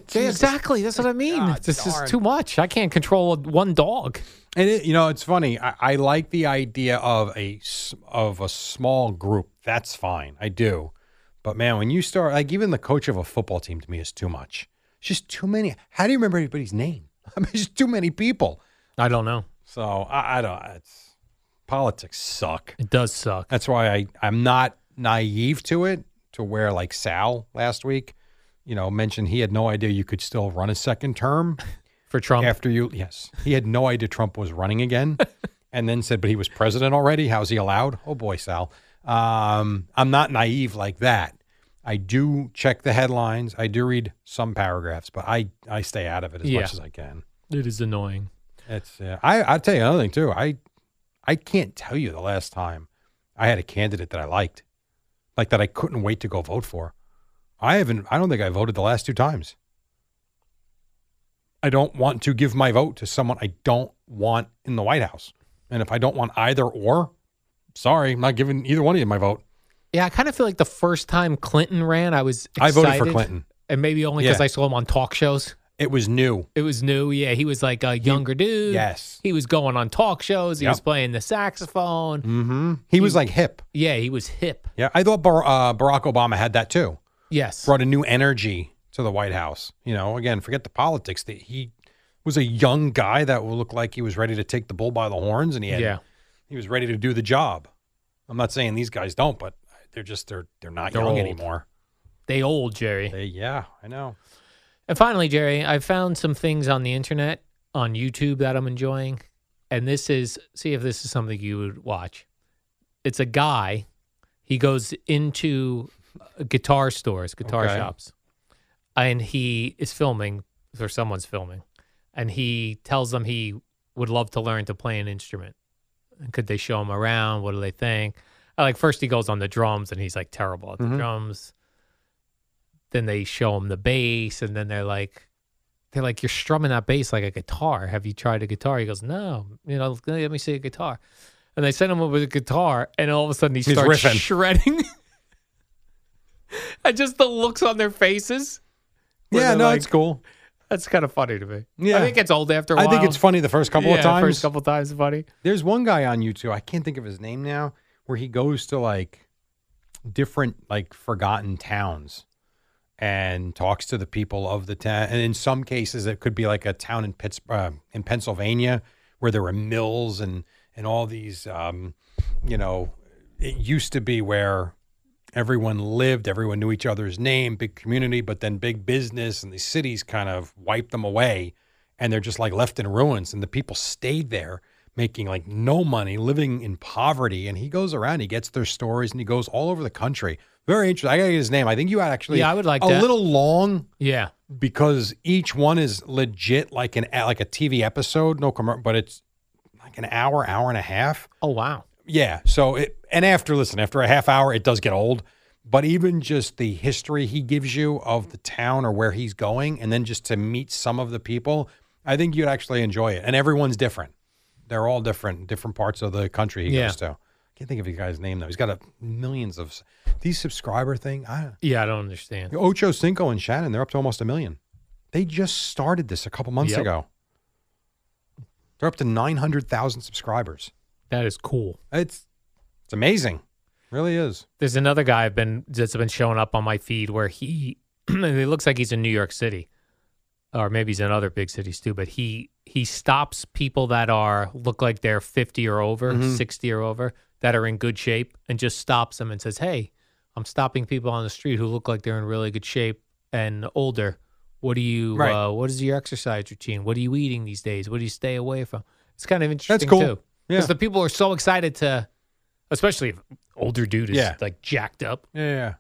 Speaker 3: Jesus.
Speaker 2: exactly. That's what I mean.
Speaker 3: God
Speaker 2: this
Speaker 3: darn.
Speaker 2: is too much. I can't control one dog.
Speaker 3: And it, you know, it's funny. I, I like the idea of a s- of a small group. That's fine. I do. But man, when you start like even the coach of a football team to me is too much. It's just too many. How do you remember everybody's name? I mean, it's just too many people.
Speaker 2: I don't know.
Speaker 3: So I, I don't. It's politics suck.
Speaker 2: It does suck.
Speaker 3: That's why I, I'm not naive to it, to where like Sal last week, you know, mentioned he had no idea you could still run a second term
Speaker 2: for Trump.
Speaker 3: after you. Yes. He had no idea Trump was running again and then said, but he was president already. How's he allowed? Oh boy, Sal. Um, I'm not naive like that. I do check the headlines. I do read some paragraphs, but I, I stay out of it as
Speaker 2: Yeah.
Speaker 3: much as I can.
Speaker 2: It is annoying.
Speaker 3: It's yeah. uh, I I'll tell you another thing too. I I can't tell you the last time I had a candidate that I liked, like that I couldn't wait to go vote for. I haven't. I don't think I voted the last two times. I don't want to give my vote to someone I don't want in the White House, and if I don't want either or, sorry, I'm not giving either one of you my vote.
Speaker 2: Yeah, I kind of feel like the first time Clinton ran, I was
Speaker 3: I voted for
Speaker 2: excited,
Speaker 3: Clinton.
Speaker 2: and maybe only because
Speaker 3: Yeah.
Speaker 2: I saw him on talk shows.
Speaker 3: It was new.
Speaker 2: It was new. Yeah, he was like a younger dude.
Speaker 3: yes.
Speaker 2: he was going on talk shows. He
Speaker 3: Yep.
Speaker 2: was playing the saxophone.
Speaker 3: Mm-hmm. He was like hip.
Speaker 2: Yeah, he was hip.
Speaker 3: Yeah, I thought Bar- uh, Barack Obama had that too.
Speaker 2: Yes,
Speaker 3: brought a new energy to the White House. You know, again, forget the politics. That he was a young guy that looked like he was ready to take the bull by the horns, and he had,
Speaker 2: Yeah.
Speaker 3: he was ready to do the job. I'm not saying these guys don't, but they're just they're they're not
Speaker 2: They're
Speaker 3: young
Speaker 2: old.
Speaker 3: anymore.
Speaker 2: they old Jerry.
Speaker 3: They, yeah, I know.
Speaker 2: And finally, Jerry, I found some things on the internet on YouTube that I'm enjoying, and this is see if this is something you would watch. It's a guy. He goes into uh, guitar stores, guitar
Speaker 3: Okay.
Speaker 2: shops, and he is filming or someone's filming, and he tells them he would love to learn to play an instrument. And could they show him around? What do they think? Uh, Like first he goes on the drums and he's like terrible at the
Speaker 3: Mhm.
Speaker 2: drums. Then they show him the bass, and then they're like, they're like, you're strumming that bass like a guitar. Have you tried a guitar? He goes, no. You know, let me see a guitar. And they send him over the guitar, and all of a sudden he
Speaker 3: He's
Speaker 2: starts
Speaker 3: riffing.
Speaker 2: shredding. and just the looks on their faces. where
Speaker 3: Yeah,
Speaker 2: they're
Speaker 3: no,
Speaker 2: like-
Speaker 3: it's cool.
Speaker 2: That's kind of funny to me.
Speaker 3: Yeah.
Speaker 2: I think it's old after a
Speaker 3: I
Speaker 2: while.
Speaker 3: think it's funny the first couple of
Speaker 2: Yeah,
Speaker 3: times.
Speaker 2: First couple times, funny.
Speaker 3: There's one guy on YouTube, I can't think of his name now, where he goes to like different like forgotten towns and talks to the people of the town. And in some cases it could be like a town in Pitts uh, in Pennsylvania where there were mills and and all these um you know, it used to be where everyone lived, everyone knew each other's name, big community, but then big business and these cities kind of wiped them away and they're just like left in ruins. And the people stayed there making like no money, living in poverty. And he goes around, he gets their stories and he goes all over the country. Very interesting. I gotta get his name. I think you had actually
Speaker 2: Yeah, I would like
Speaker 3: a
Speaker 2: that.
Speaker 3: little long
Speaker 2: Yeah.
Speaker 3: because each one is legit like an like a TV episode, no commercial, but it's like an hour, hour and a half.
Speaker 2: Oh wow.
Speaker 3: Yeah. So it and after listen, after a half hour, it does get old. But even just the history he gives you of the town or where he's going, and then just to meet some of the people, I think you'd actually enjoy it. And everyone's different; they're all different, different parts of the country he
Speaker 2: Yeah.
Speaker 3: goes to. Can't think of his guy's name though. He's got a millions of s- these subscriber thing. I,
Speaker 2: Yeah, I don't understand.
Speaker 3: Ocho Cinco and Shannon, they're up to almost a million. They just started this a couple months
Speaker 2: Yep.
Speaker 3: ago. They're up to nine hundred thousand subscribers.
Speaker 2: That is cool.
Speaker 3: It's it's amazing. Really is.
Speaker 2: There's another guy I've been that's been showing up on my feed where he it looks like he's in New York City. Or maybe he's in other big cities too, but he he stops people that are look like they're 50 or over,
Speaker 3: Mm-hmm.
Speaker 2: 60 or over that are in good shape and just stops them and says, "Hey, I'm stopping people on the street who look like they're in really good shape and older. What do you
Speaker 3: Right.
Speaker 2: uh, what is your exercise routine? What are you eating these days? What do you stay away from?" It's kind of interesting
Speaker 3: cool.
Speaker 2: too.
Speaker 3: Yeah.
Speaker 2: Because the people are so excited to especially if older dude is
Speaker 3: Yeah.
Speaker 2: like jacked up,
Speaker 3: Yeah.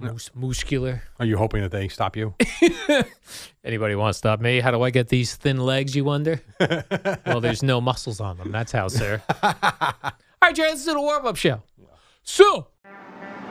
Speaker 2: mus- muscular.
Speaker 3: Are you hoping that they stop you?
Speaker 2: Anybody want to stop me? How do I get these thin legs? You wonder. well, there's no muscles on them. That's how, sir. All right, Jared, let's do the warm-up show. So,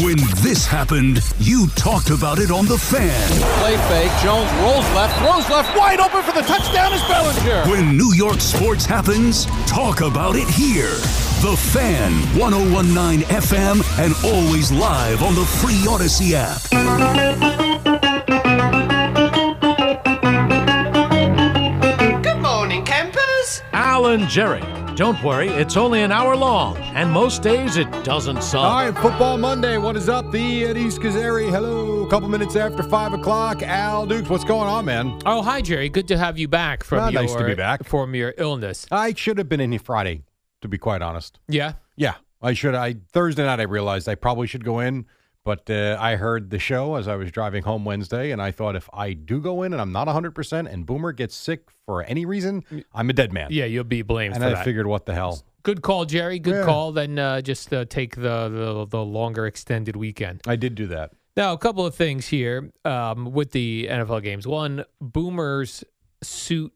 Speaker 4: When this happened, you talked about it on The Fan.
Speaker 5: Play fake. Jones rolls left, throws left, wide open for the touchdown is Bellinger.
Speaker 4: When New York sports happens, talk about it here. The Fan, 1019 FM, and always live on the free Odyssey app.
Speaker 6: Good morning, campers.
Speaker 7: Alan Jerry. Don't worry, it's only an hour long, and most days it doesn't
Speaker 1: All
Speaker 7: suck.
Speaker 1: right, Football Monday. What is up? The Eddie Scazzeri. Hello. A couple minutes after 5 o'clock. Al Dukes, what's going on, man?
Speaker 2: oh, hi, Jerry. Good to have you back from
Speaker 3: Ah,
Speaker 2: your
Speaker 3: nice to be back.
Speaker 2: from your illness.
Speaker 3: I should have been in here Friday, to be quite honest.
Speaker 2: Yeah,
Speaker 3: Yeah. I should. I Thursday night I realized I probably should go in, but uh, I heard the show as I was driving home Wednesday, and I thought if I do go in and I'm not 100% and Boomer gets sick for any reason,
Speaker 1: Mm.
Speaker 3: I'm a dead man.
Speaker 2: yeah, you'll be blamed
Speaker 3: And
Speaker 2: for
Speaker 3: I
Speaker 2: that.
Speaker 3: figured, what the hell?
Speaker 2: Good call, Jerry. Good
Speaker 3: Yeah.
Speaker 2: call. Then uh, just uh, take the, the the longer extended weekend.
Speaker 3: I did do that.
Speaker 2: Now, a couple of things here um, with the NFL games. One, Boomer's suit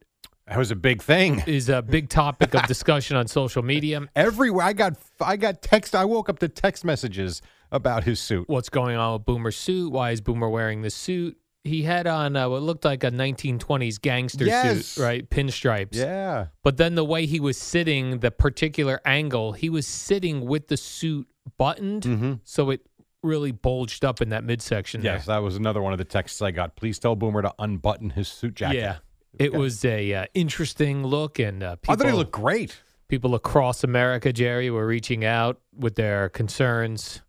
Speaker 3: That was a big thing.
Speaker 2: is a big topic of discussion on social media.
Speaker 3: Everywhere I got, I got text. I woke up to text messages about his suit.
Speaker 2: What's going on with Boomer's suit? Why is Boomer wearing this suit? He had on uh, what looked like a 1920s gangster
Speaker 3: Yes.
Speaker 2: suit, right? Pinstripes.
Speaker 3: Yeah.
Speaker 2: But then the way he was sitting, the particular angle, he was sitting with the suit buttoned,
Speaker 3: Mm-hmm.
Speaker 2: so it really bulged up in that midsection. there.
Speaker 3: Yes, that was another one of the texts I got. Please tell Boomer to unbutton his suit jacket.
Speaker 2: Yeah. It was a uh, interesting look, and uh, people
Speaker 3: I thought he looked great.
Speaker 2: people across America, Jerry, were reaching out with their concerns.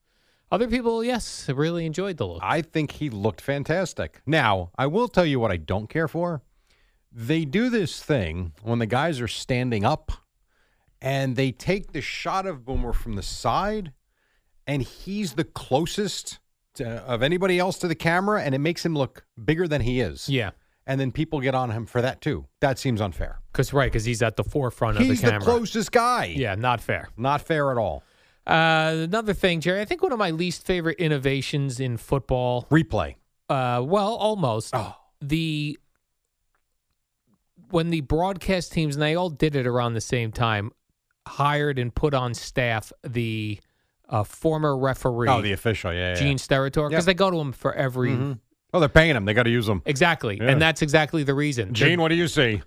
Speaker 2: Other people, yes, really enjoyed the look.
Speaker 3: I think he looked fantastic. Now, I will tell you what I don't care for. They do this thing when the guys are standing up and they take the shot of Boomer from the side, and he's the closest to, of anybody else to the camera, and it makes him look bigger than he is.
Speaker 2: yeah,
Speaker 3: And then people get on him for that too. That seems unfair.
Speaker 2: because right, because he's at the forefront
Speaker 3: He's
Speaker 2: of the
Speaker 3: the,
Speaker 2: camera.
Speaker 3: closest guy.
Speaker 2: yeah, not fair.
Speaker 3: Not fair at all.
Speaker 2: Uh, another thing, Jerry, I think one of my least favorite innovations in football
Speaker 3: replay.
Speaker 2: Uh, well, almost
Speaker 3: Ah.
Speaker 2: the when the broadcast teams and they all did it around the same time hired and put on staff the uh, former referee
Speaker 3: Oh, the official, yeah, yeah.
Speaker 2: Gene Steratore because
Speaker 3: Yep.
Speaker 2: they go to him for every
Speaker 3: Mhm. Oh, they're paying them. They got to use them.
Speaker 2: exactly,
Speaker 3: Yeah.
Speaker 2: and that's exactly the reason.
Speaker 3: Gene, what do you see?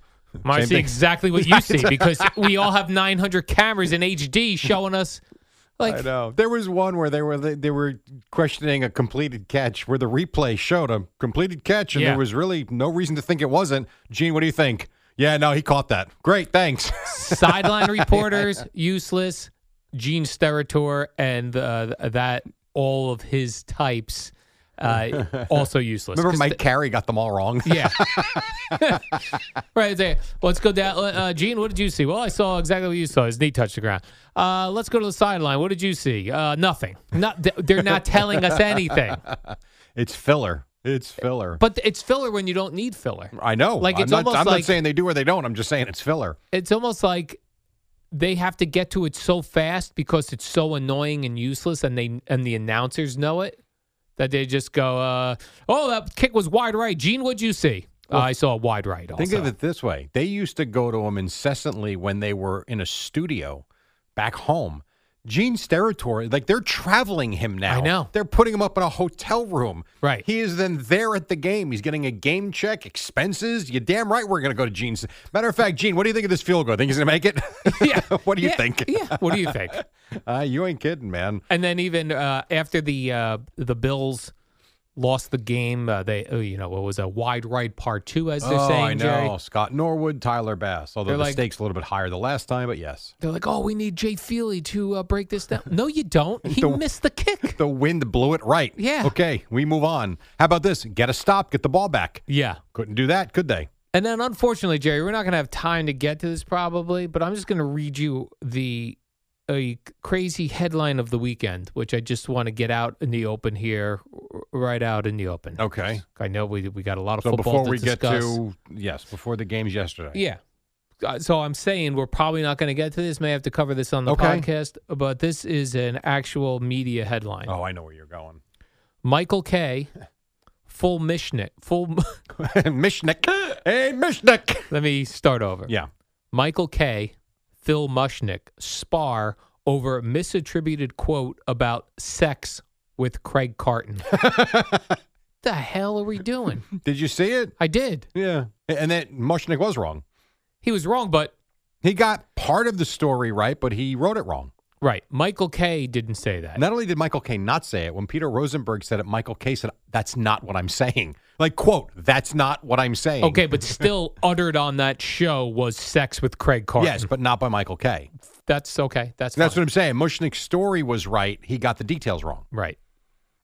Speaker 2: I
Speaker 3: Same
Speaker 2: see
Speaker 3: thing.
Speaker 2: exactly what you see because we all have 900 cameras in HD showing us like
Speaker 3: I know there was one where they were they, they were questioning a completed catch where the replay showed a completed catch and
Speaker 2: Yeah.
Speaker 3: there was really no reason to think it wasn't. Gene, what do you think? Yeah, no, he caught that. Great, thanks.
Speaker 2: sideline reporters useless gene steratore and uh, that all of his types uh, also useless
Speaker 3: Remember,
Speaker 2: 'Cause
Speaker 3: Mike
Speaker 2: the-
Speaker 3: Carey got them all wrong.
Speaker 2: yeah right there let's go down uh, gene what did you see well i saw exactly what you saw his knee touched the ground uh, let's go to the sideline what did you see uh, nothing not th- they're not telling us anything
Speaker 3: It's filler. It's filler.
Speaker 2: but it's filler when you don't need filler
Speaker 3: I know.
Speaker 2: Like,
Speaker 3: I'm
Speaker 2: it's
Speaker 3: not,
Speaker 2: almost
Speaker 3: I'm
Speaker 2: like-
Speaker 3: not saying they do or they don't. I'm just saying it's filler.
Speaker 2: it's almost like they have to get to it so fast because it's so annoying and useless and they and the announcers know it that they just go uh, oh that kick was wide right gene what'd you see Uh, i saw a wide right also.
Speaker 3: Think of it this way: they used to go to them incessantly when they were in a studio back home. Gene Steratore, like they're traveling him now.
Speaker 2: I know.
Speaker 3: they're putting him up in a hotel room.
Speaker 2: Right.
Speaker 3: he is then there at the game. He's getting a game check, expenses. You damn right we're going to go to Gene's. Matter of fact, Gene, what do you think of this field goal? Think he's going to make it?
Speaker 2: Yeah.
Speaker 3: what do you
Speaker 2: Yeah,
Speaker 3: think?
Speaker 2: yeah what do you think
Speaker 3: Uh, you ain't kidding, man.
Speaker 2: and then even uh, after the uh, the bills lost the game uh, they oh, you know it was a wide right part two as they're
Speaker 3: oh,
Speaker 2: saying
Speaker 3: I know.
Speaker 2: Jerry.
Speaker 3: Scott Norwood, Tyler Bass. Although
Speaker 2: They're
Speaker 3: the
Speaker 2: like-
Speaker 3: stakes a little bit higher the last time, but yes.
Speaker 2: they're like oh we need jay feely to uh, break this down no you don't he
Speaker 3: The-
Speaker 2: missed the kick
Speaker 3: The wind blew it right.
Speaker 2: Yeah.
Speaker 3: Okay, we move on. How about this? Get a stop, get the ball back.
Speaker 2: yeah
Speaker 3: Couldn't do that, could they?
Speaker 2: And then, unfortunately, Jerry, we're not going to have time to get to this probably, but I'm just going to read you the a crazy headline of the weekend, which I just want to get out in the open here, r- right out in the open.
Speaker 3: Okay.
Speaker 2: I know we we got a lot of
Speaker 3: So
Speaker 2: football
Speaker 3: before
Speaker 2: to
Speaker 3: we get
Speaker 2: discuss.
Speaker 3: to yes, before the games yesterday.
Speaker 2: yeah. Uh, So I'm saying we're probably not going to get to this. May have to cover this on the
Speaker 3: Okay.
Speaker 2: podcast, but this is an actual media headline.
Speaker 3: Oh, I know where you're going.
Speaker 2: Michael K. Full Mishnick. Full.
Speaker 3: Mishnick. Hey, Mishnick.
Speaker 2: Let me start over.
Speaker 3: Yeah.
Speaker 2: Michael K, Phil Mushnick spar over misattributed quote about sex with Craig Carton. the hell are we doing?
Speaker 3: Did you see it?
Speaker 2: I did.
Speaker 3: Yeah. And that Mushnick was wrong.
Speaker 2: He was wrong, but
Speaker 3: He got part of the story right, but he wrote it wrong.
Speaker 2: right. Michael K didn't say that.
Speaker 3: Not only did Michael K not say it, when Peter Rosenberg said it, Michael K said, That's not what I'm saying. Like, quote, that's not what I'm saying.
Speaker 2: Okay, but still uttered on that show was sex with Craig Carton.
Speaker 3: Yes, but not by Michael K.
Speaker 2: that's okay. That's
Speaker 3: That's
Speaker 2: fine.
Speaker 3: what I'm saying. Mushnick's story was right. He got the details wrong.
Speaker 2: right.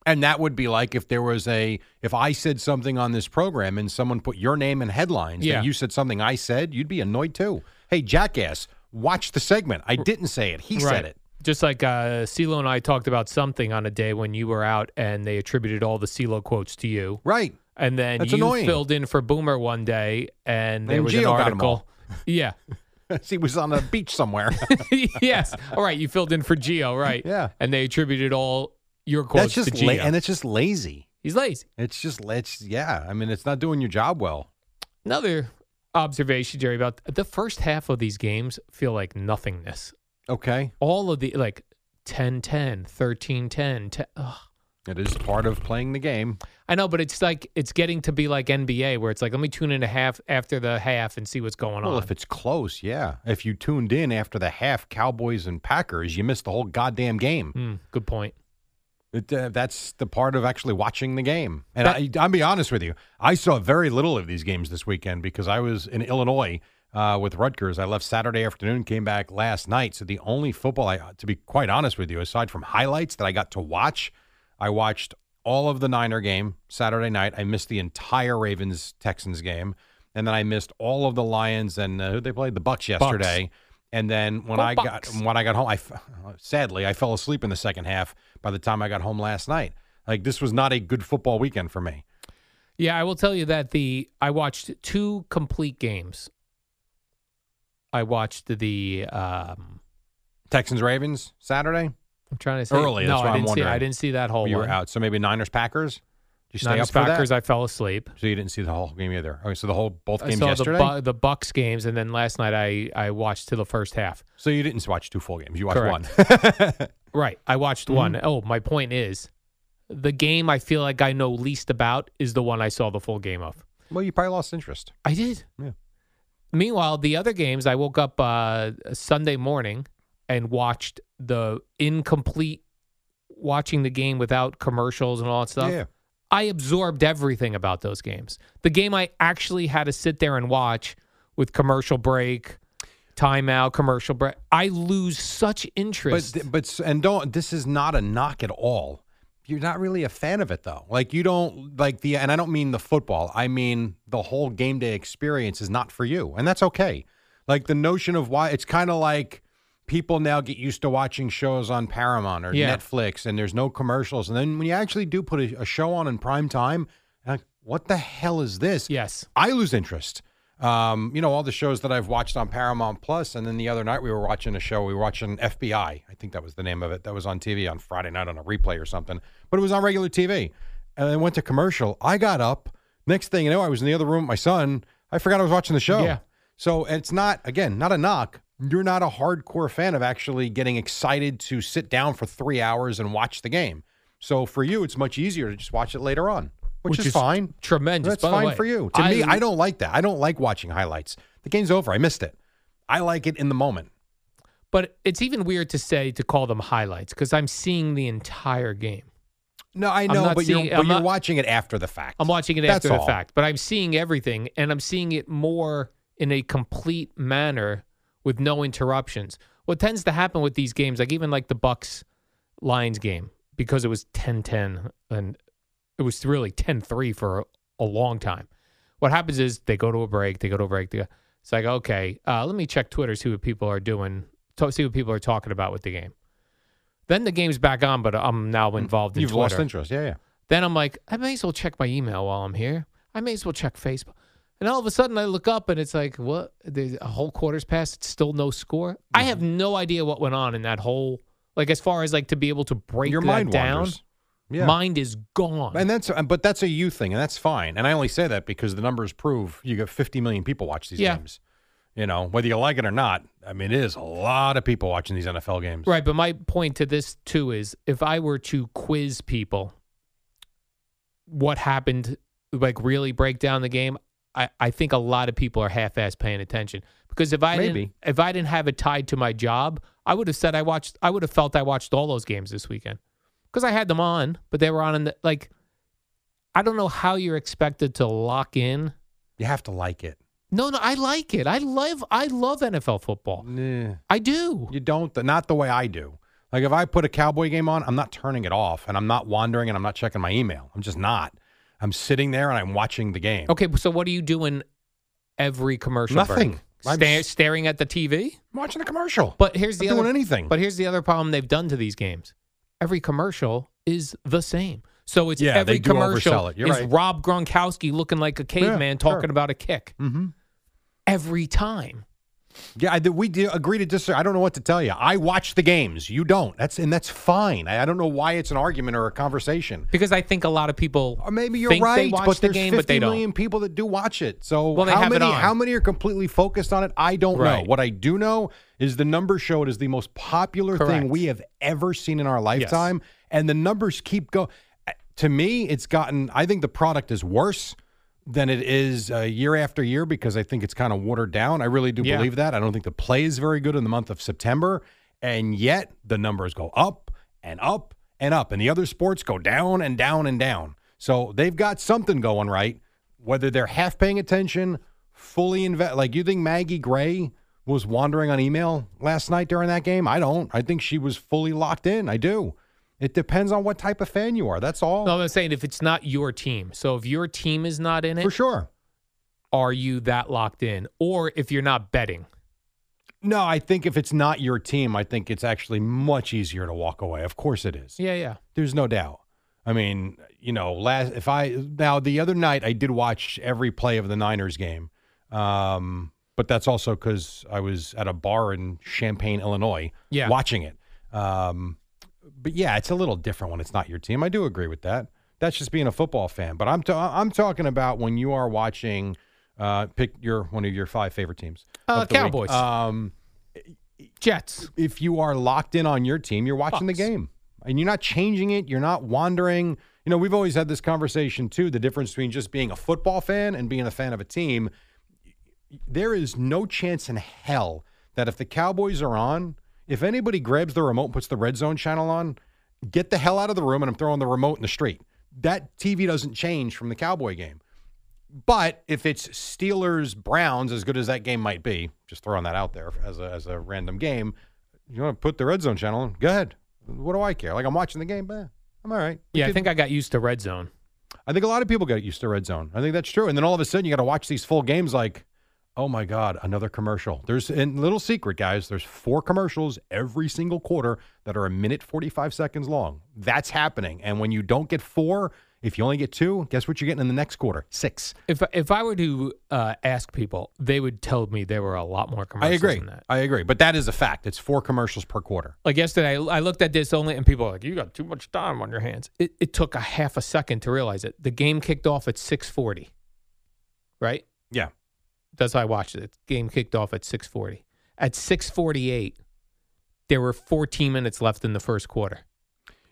Speaker 3: And that would be like if there was a if I said something on this program and someone put your name in headlines
Speaker 2: Yeah.
Speaker 3: that you said something I said, you'd be annoyed too. Hey, jackass, watch the segment. I didn't say it. He
Speaker 2: right.
Speaker 3: said it.
Speaker 2: Just like uh, CeeLo and I talked about something on a day when you were out and they attributed all the CeeLo quotes to you.
Speaker 3: Right.
Speaker 2: And then
Speaker 3: That's
Speaker 2: you
Speaker 3: annoying.
Speaker 2: filled in for Boomer one day, and there
Speaker 3: And
Speaker 2: was
Speaker 3: Gio
Speaker 2: an
Speaker 3: got 'em
Speaker 2: article.
Speaker 3: all.
Speaker 2: Yeah.
Speaker 3: he was on a beach somewhere.
Speaker 2: yes. All right. You filled in for Geo, right?
Speaker 3: Yeah.
Speaker 2: And they attributed all your quotes
Speaker 3: That's just
Speaker 2: to
Speaker 3: la-
Speaker 2: Geo.
Speaker 3: and it's just lazy.
Speaker 2: He's lazy.
Speaker 3: It's just it's yeah. I mean, it's not doing your job well.
Speaker 2: Another observation, Jerry, about the first half of these games feel like nothingness.
Speaker 3: Okay.
Speaker 2: All of the like 10 10, 13 10. te- ugh.
Speaker 3: It is part of playing the game.
Speaker 2: I know, but it's like it's getting to be like NBA where it's like, let me tune in a half after the half and see what's going
Speaker 3: Well,
Speaker 2: on.
Speaker 3: if it's close, yeah. If you tuned in after the half Cowboys and Packers, you missed the whole goddamn game.
Speaker 2: Mm, good point.
Speaker 3: It, uh, that's the part of actually watching the game. And
Speaker 2: That-
Speaker 3: I, I'll be honest with you, I saw very little of these games this weekend because I was in Illinois uh, with Rutgers. I left Saturday afternoon, came back last night. So the only football, I, to be quite honest with you, aside from highlights that I got to watch, I watched all of the Niner game Saturday night. I missed the entire Ravens Texans game, and then I missed all of the Lions and uh, who they played the Bucks yesterday. And then when
Speaker 2: Go
Speaker 3: I
Speaker 2: Bucks.
Speaker 3: got when I got home, I f- sadly I fell asleep in the second half. By the time I got home last night, like this was not a good football weekend for me.
Speaker 2: Yeah, I will tell you that the I watched two complete games. I watched the um
Speaker 3: Texans Ravens Saturday.
Speaker 2: I'm trying to say
Speaker 3: Early,
Speaker 2: No,
Speaker 3: that's what
Speaker 2: I
Speaker 3: I'm
Speaker 2: didn't see.
Speaker 3: wondering.
Speaker 2: I didn't see that whole
Speaker 3: You were
Speaker 2: one.
Speaker 3: out. So maybe Niners Packers. Did you stay
Speaker 2: Niners
Speaker 3: up for that?
Speaker 2: Packers, I fell asleep.
Speaker 3: So you didn't see the whole game either. Okay, so the whole both
Speaker 2: I
Speaker 3: games
Speaker 2: saw
Speaker 3: yesterday.
Speaker 2: the, Bu- the Bucks games, and then last night I I watched to the first half.
Speaker 3: so you didn't watch two full games. You watched
Speaker 2: Correct.
Speaker 3: one.
Speaker 2: Right. I watched
Speaker 3: Mm-hmm.
Speaker 2: one. Oh, my point is the game I feel like I know least about is the one I saw the full game of.
Speaker 3: well, you probably lost interest.
Speaker 2: I did.
Speaker 3: Yeah.
Speaker 2: Meanwhile, the other games, I woke up uh, Sunday morning and watched the incomplete, watching the game without commercials and all that stuff.
Speaker 3: Yeah.
Speaker 2: I absorbed everything about those games. The game I actually had to sit there and watch with commercial break, timeout, commercial break. I lose such
Speaker 3: But
Speaker 2: interest.
Speaker 3: but s- and don't. This is not a knock at all. You're not really a fan of it though. Like you don't like the. And I don't mean the football. I mean the whole game day experience is not for you, and that's okay. Like the notion of why it's kind of like people now get used to watching shows on Paramount or
Speaker 2: Yeah.
Speaker 3: Netflix, and there's no commercials. And then when you actually do put a, a show on in prime time, like what the hell is this?
Speaker 2: yes.
Speaker 3: I lose interest. Um, you know, all the shows that I've watched on Paramount Plus, and then the other night we were watching a show. We were watching FBI. I think that was the name of it. That was on TV on Friday night on a replay or something, but it was on regular TV. And then went to commercial. I got up. Next thing you know, I was in the other room with my son. I forgot I was watching the show.
Speaker 2: Yeah.
Speaker 3: So it's not again not a knock. You're not a hardcore fan of actually getting excited to sit down for three hours and watch the game. So for you, it's much easier to just watch it later on, which, is, fine.
Speaker 2: tremendous.
Speaker 3: That's
Speaker 2: By the
Speaker 3: fine
Speaker 2: way,
Speaker 3: for you. To
Speaker 2: I-
Speaker 3: me, I don't like that. I don't like watching highlights. The game's over. I missed it. I like it in the moment.
Speaker 2: But it's even weird to say to call them highlights because I'm seeing the entire game.
Speaker 3: No, I
Speaker 2: I'm
Speaker 3: know,
Speaker 2: not
Speaker 3: but
Speaker 2: seeing-
Speaker 3: you're but
Speaker 2: I'm
Speaker 3: you're
Speaker 2: not-
Speaker 3: watching it after the fact.
Speaker 2: I'm watching it
Speaker 3: That's
Speaker 2: after the
Speaker 3: all.
Speaker 2: fact, but I'm seeing everything and I'm seeing it more in a complete manner with no interruptions. What tends to happen with these games, like even like the Bucks Lions game, because it was 10 10 and it was really 10 3 for a, a long time. What happens is they go to a break, they go to a break. They go, it's like, okay, uh, let me check Twitter, see what people are doing, to, see what people are talking about with the game. Then the game's back on, but I'm now involved in
Speaker 3: Hmm. You've
Speaker 2: Twitter.
Speaker 3: lost interest. Yeah, yeah.
Speaker 2: Then I'm like, I may as well check my email while I'm here. I may as well check Facebook. And all of a sudden, I look up and it's like, what? There's a whole quarter's passed. It's still no score. I have
Speaker 3: Mm-hmm.
Speaker 2: no idea what went on in that whole. Like as far as like to be able to break
Speaker 3: Your
Speaker 2: that
Speaker 3: mind
Speaker 2: down,
Speaker 3: wanders. Yeah.
Speaker 2: mind is gone.
Speaker 3: And that's uh, but that's a you thing, and that's fine. And I only say that because the numbers prove you got 50 million people watch these
Speaker 2: Yeah.
Speaker 3: games. You know, whether you like it or not, I mean, it is a lot of people watching these NFL games.
Speaker 2: Right, but my point to this too is if I were to quiz people what happened, like really break down the game, I, I think a lot of people are half ass paying attention. Because if I
Speaker 3: Maybe.
Speaker 2: didn't if I didn't have it tied to my job, I would have said I watched I would have felt I watched all those games this weekend. Because I had them on, but they were on in the like I don't know how you're expected to lock in.
Speaker 3: You have to like it.
Speaker 2: No, no, I like it. I love I love NFL football.
Speaker 3: Nah.
Speaker 2: I do.
Speaker 3: You don't. Not the way I do. Like if I put a cowboy game on, I'm not turning it off, and I'm not wandering, and I'm not checking my email. I'm just not. I'm sitting there and I'm watching the game.
Speaker 2: Okay, so what are you doing every commercial?
Speaker 3: Nothing.
Speaker 2: break?
Speaker 3: I'm
Speaker 2: Sta-
Speaker 3: s-
Speaker 2: staring at the TV.
Speaker 3: I'm watching a commercial.
Speaker 2: But here's the
Speaker 3: Not
Speaker 2: other
Speaker 3: doing anything.
Speaker 2: But here's the other problem they've done to these games. Every commercial is the same. So it's
Speaker 3: Yeah,
Speaker 2: every
Speaker 3: they do
Speaker 2: commercial
Speaker 3: oversell it. You're
Speaker 2: is
Speaker 3: right.
Speaker 2: Rob Gronkowski looking like a caveman
Speaker 3: sure.
Speaker 2: talking about a kick
Speaker 3: Mhm.
Speaker 2: every time.
Speaker 3: yeah, I, did- we do agree to disagree. I don't know what to tell you. I watch the games. You don't. That's and that's fine. I, I don't know why it's an argument or a conversation.
Speaker 2: Because I think a lot of people
Speaker 3: Or Uh, maybe you're
Speaker 2: think
Speaker 3: right,
Speaker 2: they watch
Speaker 3: but
Speaker 2: the
Speaker 3: there's
Speaker 2: game,
Speaker 3: 50
Speaker 2: but they don't.
Speaker 3: million people that do watch it. So
Speaker 2: Well, they
Speaker 3: how
Speaker 2: have it
Speaker 3: many
Speaker 2: on.
Speaker 3: how many are completely focused on it? I don't know.
Speaker 2: Right.
Speaker 3: What I do know is the numbers show it is the most popular
Speaker 2: Correct.
Speaker 3: thing we have ever seen in our lifetime, and the numbers keep going. To me, it's gotten. I think the product is worse than it is uh, year after year because I think it's kind of watered down. I really do
Speaker 2: Yeah.
Speaker 3: believe that. I don't think the play is very good in the month of September, and yet the numbers go up and up and up, and the other sports go down and down and down. So they've got something going right, whether they're half paying attention, fully invest. Like you think Maggie Gray was wandering on email last night during that game? I don't. I think she was fully locked in. I do. It depends on what type of fan you are. That's all.
Speaker 2: No, I'm saying if it's not your team. So if your team is not in it,
Speaker 3: for sure.
Speaker 2: are you that locked in? Or if you're not betting.
Speaker 3: No, I think if it's not your team, I think it's actually much easier to walk away. Of course it is.
Speaker 2: Yeah, yeah.
Speaker 3: There's no doubt. I mean, you know, last if I now the other night I did watch every play of the Niners game, um, but that's also because I was at a bar in Champaign, Illinois,
Speaker 2: Yeah.
Speaker 3: watching it. Um, but yeah, it's a little different when it's not your team. I do agree with that. That's just being a football fan. But I'm ta- I'm talking about when you are watching. Uh, pick your one of your five favorite teams.
Speaker 2: Uh,
Speaker 3: of the week.
Speaker 2: Cowboys.
Speaker 3: Um,
Speaker 2: Jets.
Speaker 3: if you are locked in on your team, you're watching the
Speaker 2: Bucks.
Speaker 3: game and you're not changing it. You're not wandering. You know, we've always had this conversation too the difference between just being a football fan and being a fan of a team. There is no chance in hell that if the Cowboys are on, if anybody grabs the remote and puts the red zone channel on, get the hell out of the room and I'm throwing the remote in the street. That TV doesn't change from the Cowboy game. But if it's Steelers Browns, as good as that game might be, just throwing that out there as a, as a random game, you want to put the red zone channel on? Go ahead. What do I care? Like I'm watching the game, eh, I'm all right. We
Speaker 2: Yeah, I
Speaker 3: could-
Speaker 2: think I got used to red zone.
Speaker 3: I think a lot of people get used to red zone. I think that's true. And then all of a sudden, you got to watch these full games. Like, oh my god, another commercial. There's and little secret, guys. There's four commercials every single quarter that are a minute forty five seconds long. That's happening. And when you don't get four, if you only get two, guess what you're getting in the next quarter? Six.
Speaker 2: If if I were to uh, ask people, they would tell me there were a lot more
Speaker 3: I
Speaker 2: commercials
Speaker 3: agree.
Speaker 2: than that.
Speaker 3: I agree. But that is a fact. It's four commercials per quarter.
Speaker 2: Like yesterday, I, I looked at this only, and people are like, "You got too much time on your hands." It, it took a half a second to realize it. The game kicked off at six forty, right?
Speaker 3: Yeah.
Speaker 2: That's how I watched it. The game kicked off at six forty. At six forty eight, there were fourteen minutes left in the first quarter.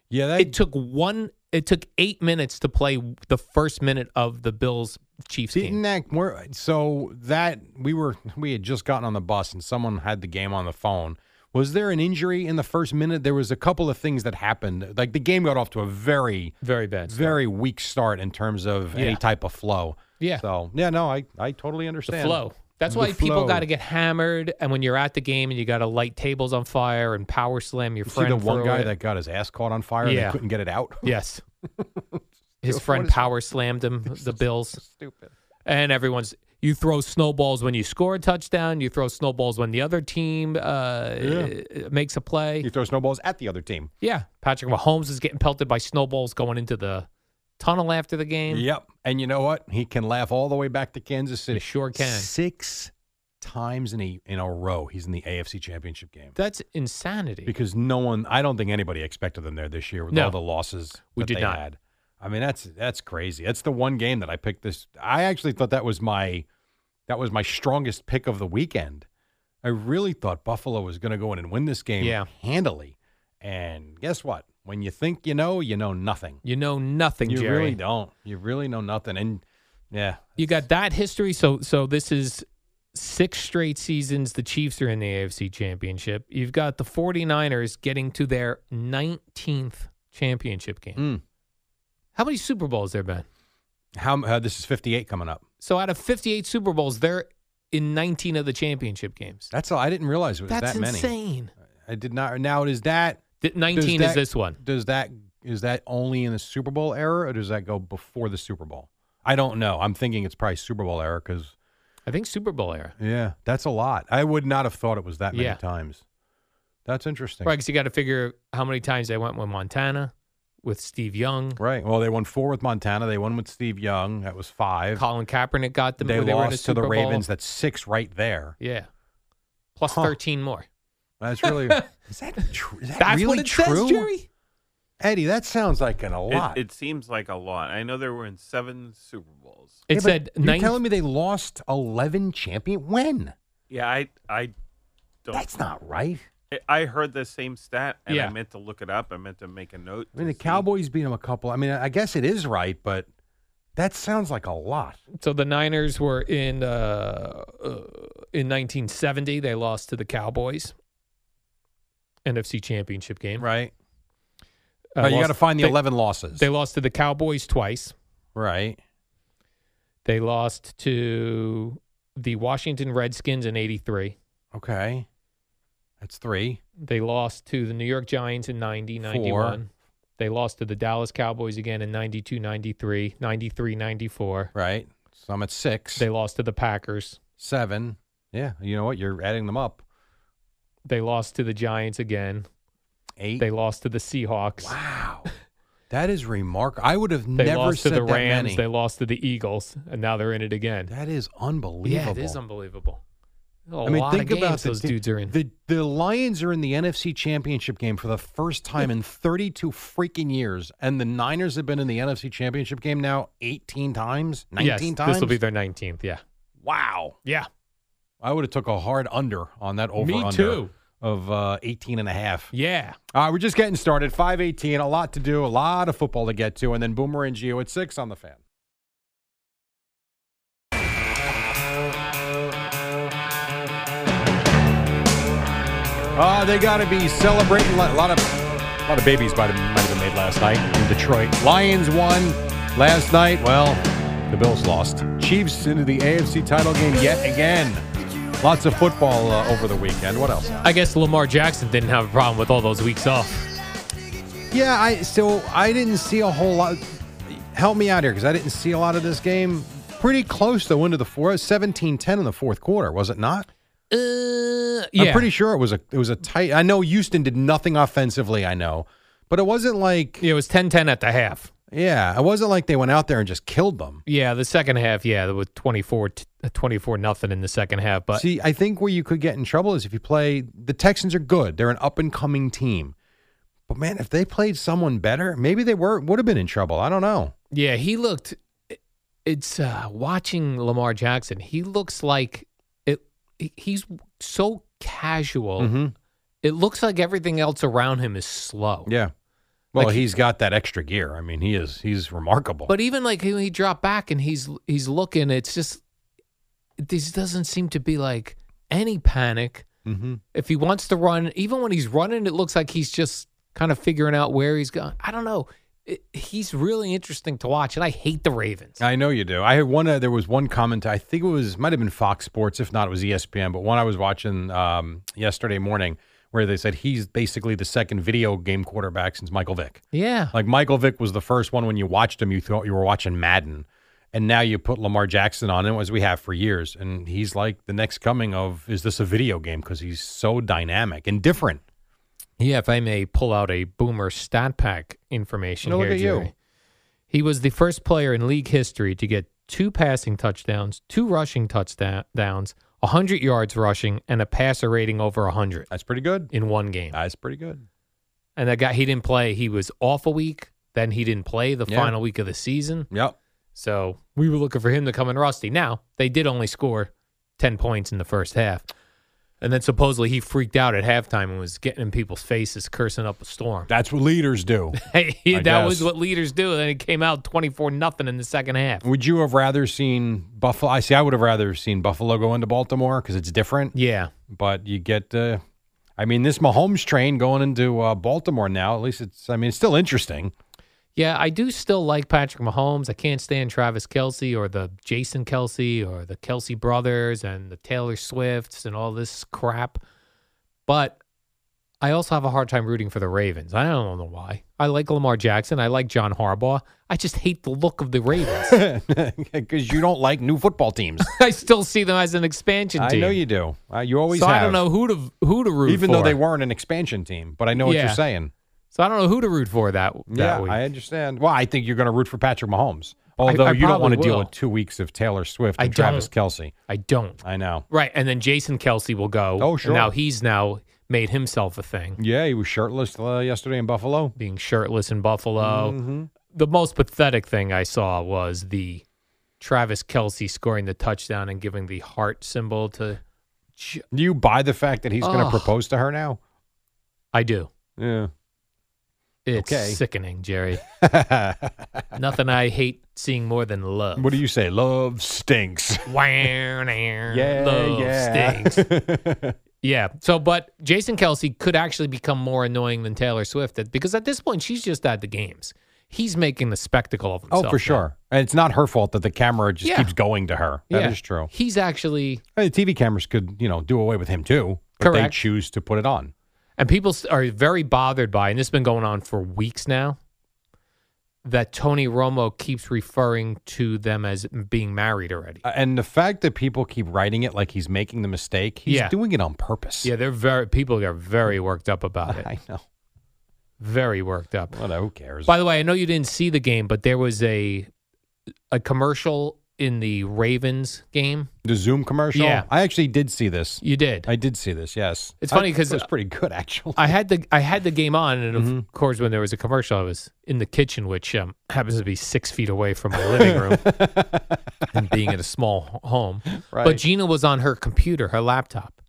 Speaker 3: Yeah. That,
Speaker 2: It took one. It took eight minutes to play the first minute of the Bills Chiefs
Speaker 3: Didn't
Speaker 2: game.
Speaker 3: that were so that we were we had just gotten on the bus and someone had the game on the phone. Was there an injury in the first minute? There was a couple of things that happened. Like the game got off to a very
Speaker 2: Very bad. start.
Speaker 3: very weak start in terms of
Speaker 2: Yeah.
Speaker 3: any type of flow.
Speaker 2: Yeah.
Speaker 3: So yeah, no, I I totally
Speaker 2: the
Speaker 3: understand
Speaker 2: flow. That's
Speaker 3: The
Speaker 2: why people
Speaker 3: flow.
Speaker 2: got to get hammered, and when you're at the game and you got to light tables on fire and power slam your
Speaker 3: You see
Speaker 2: friend.
Speaker 3: the one
Speaker 2: for
Speaker 3: guy
Speaker 2: it.
Speaker 3: that got his ass caught on fire and
Speaker 2: Yeah.
Speaker 3: they couldn't get it out.
Speaker 2: yes, his friend power slammed him. The Bills stupid, and everyone's you throw snowballs when you score a touchdown. You throw snowballs when the other team uh, makes a play.
Speaker 3: You throw snowballs at the other team.
Speaker 2: yeah, Patrick Mahomes is getting pelted by snowballs going into the tunnel after the game.
Speaker 3: Yep. And you know what? He can laugh all the way back to Kansas City.
Speaker 2: He sure can.
Speaker 3: Six times in a in a row, he's in the AFC Championship game.
Speaker 2: That's insanity.
Speaker 3: because no one I don't think anybody expected them there this year with
Speaker 2: No.
Speaker 3: all the losses
Speaker 2: We
Speaker 3: that
Speaker 2: did
Speaker 3: they
Speaker 2: not.
Speaker 3: had. I mean that's that's crazy. That's the one game that I picked this I actually thought that was my that was my strongest pick of the weekend. I really thought Buffalo was going to go in and win this game
Speaker 2: Yeah.
Speaker 3: handily. And guess what? When you think you know, you know nothing.
Speaker 2: you know nothing,
Speaker 3: You
Speaker 2: Jerry.
Speaker 3: really don't. You really know nothing. And yeah,
Speaker 2: You got that history. So so this is six straight seasons the Chiefs are in the AFC Championship. You've got the 49ers getting to their 19th championship game.
Speaker 3: Mm.
Speaker 2: How many Super Bowls there been?
Speaker 3: how uh, this is 58 coming up.
Speaker 2: So out of 58 Super Bowls, they're in 19 of the championship games.
Speaker 3: That's all. I didn't realize it was
Speaker 2: That's
Speaker 3: that many.
Speaker 2: insane.
Speaker 3: I did not. Now is that
Speaker 2: Th-
Speaker 3: Does
Speaker 2: 19 is
Speaker 3: that-
Speaker 2: this one.
Speaker 3: Does that is that only in the Super Bowl era, or does that go before the Super Bowl? I don't know. I'm thinking it's probably Super Bowl era because
Speaker 2: I think Super Bowl era.
Speaker 3: yeah, that's a lot. I would not have thought it was that many
Speaker 2: Yeah.
Speaker 3: times. That's interesting.
Speaker 2: Right, because you got to figure how many times they went with Montana, with Steve Young.
Speaker 3: Right. Well, they won four with Montana. They won with Steve Young. That was five.
Speaker 2: Colin Kaepernick got them.
Speaker 3: they
Speaker 2: when they were in
Speaker 3: lost
Speaker 2: the
Speaker 3: to the
Speaker 2: Super Bowl.
Speaker 3: Ravens. That's six right there.
Speaker 2: Yeah. Plus
Speaker 3: Huh.
Speaker 2: 13 more.
Speaker 3: That's really is that true? Is that really true? Eddie, that sounds like an a lot.
Speaker 8: It, it seems like a lot. I know there were in seven Super Bowls.
Speaker 2: It
Speaker 3: Yeah, but
Speaker 2: said
Speaker 3: you're
Speaker 2: nine.
Speaker 3: telling me they lost eleven champion when?
Speaker 8: Yeah, I I don't.
Speaker 3: That's not right.
Speaker 8: I- I heard the same stat, and
Speaker 2: Yeah.
Speaker 8: I meant to look it up. I meant to make a note.
Speaker 3: I mean,
Speaker 8: to
Speaker 3: the
Speaker 8: see.
Speaker 3: Cowboys beat them a couple. I mean, I guess it is right, but that sounds like a lot.
Speaker 2: so the Niners were in uh, uh, in 1970. They lost to the Cowboys. NFC Championship game.
Speaker 3: Right.
Speaker 2: Uh,
Speaker 3: you
Speaker 2: lost-
Speaker 3: got to find the
Speaker 2: they-
Speaker 3: 11 losses.
Speaker 2: They lost to the Cowboys twice.
Speaker 3: right.
Speaker 2: They lost to the Washington Redskins in 83.
Speaker 3: Okay. That's three.
Speaker 2: They lost to the New York Giants in 90, 91. They lost to the Dallas Cowboys again in 92, 93, 93, 94.
Speaker 3: Right. So I'm at six.
Speaker 2: They lost to the Packers.
Speaker 3: seven. Yeah. You know what? You're adding them up.
Speaker 2: They lost to the Giants again.
Speaker 3: Eight.
Speaker 2: They lost to the Seahawks.
Speaker 3: wow. that is remarkable. I would have
Speaker 2: They
Speaker 3: never
Speaker 2: lost to
Speaker 3: said
Speaker 2: the
Speaker 3: that
Speaker 2: Rams.
Speaker 3: many.
Speaker 2: They lost to the Eagles, and now they're in it again.
Speaker 3: That is unbelievable.
Speaker 2: Yeah, it is unbelievable. A lot of games
Speaker 3: the
Speaker 2: those
Speaker 3: t-
Speaker 2: dudes are in.
Speaker 3: The the Lions are in the NFC Championship game for the first time in 32 freaking years, and the Niners have been in the NFC Championship game now 18 times, 19
Speaker 2: Yes,
Speaker 3: times.
Speaker 2: This will be their 19th. Yeah.
Speaker 3: Wow.
Speaker 2: Yeah.
Speaker 3: I would have took a hard under on that over under
Speaker 2: too.
Speaker 3: of uh, 18 and a half.
Speaker 2: Yeah.
Speaker 3: All right, we're just getting started. 518, a lot to do, a lot of football to get to, and then Boomer and Geo at 6 on the fan. Uh, they got to be celebrating a lot of a lot of babies might have, might have been made last night in Detroit. Lions won last night. Well, the Bills lost. Chiefs into the AFC title game yet again. Lots of football uh, over the weekend. What else?
Speaker 2: I guess Lamar Jackson didn't have a problem with all those weeks off.
Speaker 3: Yeah, I so I didn't see a whole lot. Help me out here because I didn't see a lot of this game. Pretty close though into the fourth, 17-10 in the fourth quarter, was it not?
Speaker 2: Uh,
Speaker 3: I'm
Speaker 2: yeah.
Speaker 3: pretty sure it was a it was a tight. I know Houston did nothing offensively. I know, but it wasn't like
Speaker 2: it was 10-10 at the half.
Speaker 3: Yeah, it wasn't like they went out there and just killed them.
Speaker 2: Yeah, the second half, yeah, with 24 t- 24 nothing in the second half, but
Speaker 3: See, I think where you could get in trouble is if you play the Texans are good. They're an up and coming team. But man, if they played someone better, maybe they were would have been in trouble. I don't know.
Speaker 2: yeah, he looked it's uh watching Lamar Jackson. He looks like it he- he's so casual.
Speaker 3: Mm-hmm.
Speaker 2: It looks like everything else around him is slow.
Speaker 3: Yeah. Well,
Speaker 2: Like-
Speaker 3: he's got that extra gear. I mean, he is he's remarkable.
Speaker 2: But even like when he dropped back and he's he's looking, it's just this doesn't seem to be like any panic.
Speaker 3: Mm-hmm.
Speaker 2: If he wants to run, even when he's running, it looks like he's just kind of figuring out where he's going. I don't know. It, he's really interesting to watch, and I hate the Ravens.
Speaker 3: I know you do. I had one. Uh, there was one comment. I think it was might have been Fox Sports, if not, it was E ESPN. But one I was watching um, yesterday morning where they said he's basically the second video game quarterback since Michael Vick.
Speaker 2: Yeah.
Speaker 3: Like Michael Vick was the first one when you watched him, you thought you were watching Madden, and now you put Lamar Jackson on him as we have for years, and he's like the next coming of is this a video game because he's so dynamic and different.
Speaker 2: Yeah, if I may pull out a boomer stat pack information
Speaker 3: No, look
Speaker 2: here,
Speaker 3: at you.
Speaker 2: Jerry. He was the first player in league history to get two passing touchdowns, two rushing touchdowns, 100 yards rushing, and a passer rating over 100
Speaker 3: That's pretty good.
Speaker 2: in one game.
Speaker 3: That's pretty good.
Speaker 2: And that guy, he didn't play. He was off a week. Then he didn't play the
Speaker 3: Yeah.
Speaker 2: final week of the season.
Speaker 3: Yep.
Speaker 2: So we were looking for him to come in rusty. Now, they did only score 10 points in the first half. And then supposedly he freaked out at halftime and was getting in people's faces, cursing up a storm.
Speaker 3: That's what leaders do.
Speaker 2: Hey,
Speaker 3: I
Speaker 2: that was
Speaker 3: guess.
Speaker 2: what leaders do. And then it came out 24 nothing in the second half.
Speaker 3: Would you have rather seen Buffalo? I see. I would have rather seen Buffalo go into Baltimore because it's different.
Speaker 2: Yeah.
Speaker 3: But you get, uh, I mean, this Mahomes train going into uh, Baltimore now. At least it's. I mean, it's still interesting.
Speaker 2: Yeah, I do still like Patrick Mahomes. I can't stand Travis Kelsey or the Jason Kelsey or the Kelsey brothers and the Taylor Swifts and all this crap. But I also have a hard time rooting for the Ravens. I don't know why. I like Lamar Jackson. I like John Harbaugh. I just hate the look of the Ravens.
Speaker 3: Because you don't like new football teams.
Speaker 2: I still see them as an expansion
Speaker 3: I
Speaker 2: team.
Speaker 3: know you do. Uh, you always.
Speaker 2: so I
Speaker 3: have.
Speaker 2: don't know who to who to root
Speaker 3: Even
Speaker 2: for.
Speaker 3: though they weren't an expansion team, but I know what
Speaker 2: Yeah.
Speaker 3: you're saying.
Speaker 2: So I don't know who to root for that, that
Speaker 3: yeah,
Speaker 2: week.
Speaker 3: I understand. Well, I think you're going to root for Patrick Mahomes, although
Speaker 2: I
Speaker 3: you don't
Speaker 2: probably
Speaker 3: want to deal
Speaker 2: will.
Speaker 3: with two weeks of Taylor Swift
Speaker 2: I
Speaker 3: and Travis
Speaker 2: don't.
Speaker 3: Kelsey.
Speaker 2: I don't.
Speaker 3: I know.
Speaker 2: Right, and then Jason Kelsey will go.
Speaker 3: Oh,
Speaker 2: and
Speaker 3: sure.
Speaker 2: now he's now made himself a thing,
Speaker 3: Yeah, he was shirtless uh, yesterday in Buffalo.
Speaker 2: being shirtless in Buffalo.
Speaker 3: Mm.
Speaker 2: The most pathetic thing I saw was the Travis Kelsey scoring the touchdown and giving the heart symbol to.
Speaker 3: Do you buy the fact that he's going to
Speaker 2: Ugh.
Speaker 3: propose to her now?
Speaker 2: I do.
Speaker 3: Yeah.
Speaker 2: It's
Speaker 3: Okay.
Speaker 2: sickening, Jerry. Nothing I hate seeing more than love.
Speaker 3: What do you say? Love stinks.
Speaker 2: Wow, yeah,
Speaker 3: Yeah,
Speaker 2: love
Speaker 3: yeah.
Speaker 2: stinks. Yeah. So, but Jason Kelsey could actually become more annoying than Taylor Swift at- because at this point she's just at the games. He's making the spectacle of
Speaker 3: oh,
Speaker 2: himself.
Speaker 3: for
Speaker 2: now.
Speaker 3: sure. And it's not her fault that the camera just
Speaker 2: Yeah.
Speaker 3: keeps going to her. That is
Speaker 2: Yeah.
Speaker 3: true.
Speaker 2: He's actually,
Speaker 3: I mean, the TV cameras could, you know, do away with him too. But
Speaker 2: Correct.
Speaker 3: they choose to put it on.
Speaker 2: and people s- are very bothered by, and this has been going on for weeks now, that Tony Romo keeps referring to them as being married already.
Speaker 3: Uh, And the fact that people keep writing it like he's making the mistake, he's
Speaker 2: Yeah.
Speaker 3: doing it on purpose.
Speaker 2: yeah, they're very people are very worked up about it.
Speaker 3: I know.
Speaker 2: Very worked up.
Speaker 3: Well, who cares?
Speaker 2: By the way, I know you didn't see the game, but there was a a commercial in the Ravens game.
Speaker 3: The Zoom commercial.
Speaker 2: Yeah.
Speaker 3: I actually did see this.
Speaker 2: You did.
Speaker 3: I did see this. Yes.
Speaker 2: It's
Speaker 3: I-
Speaker 2: funny 'cause,
Speaker 3: it was
Speaker 2: uh,
Speaker 3: pretty good actually.
Speaker 2: I had the I had the game on, and of
Speaker 3: Mm-hmm.
Speaker 2: course, when there was a commercial, I was in the kitchen, which um, happens to be six feet away from my living room, and being in a small h- home. But
Speaker 3: Right.
Speaker 2: Gina was on her computer, her laptop,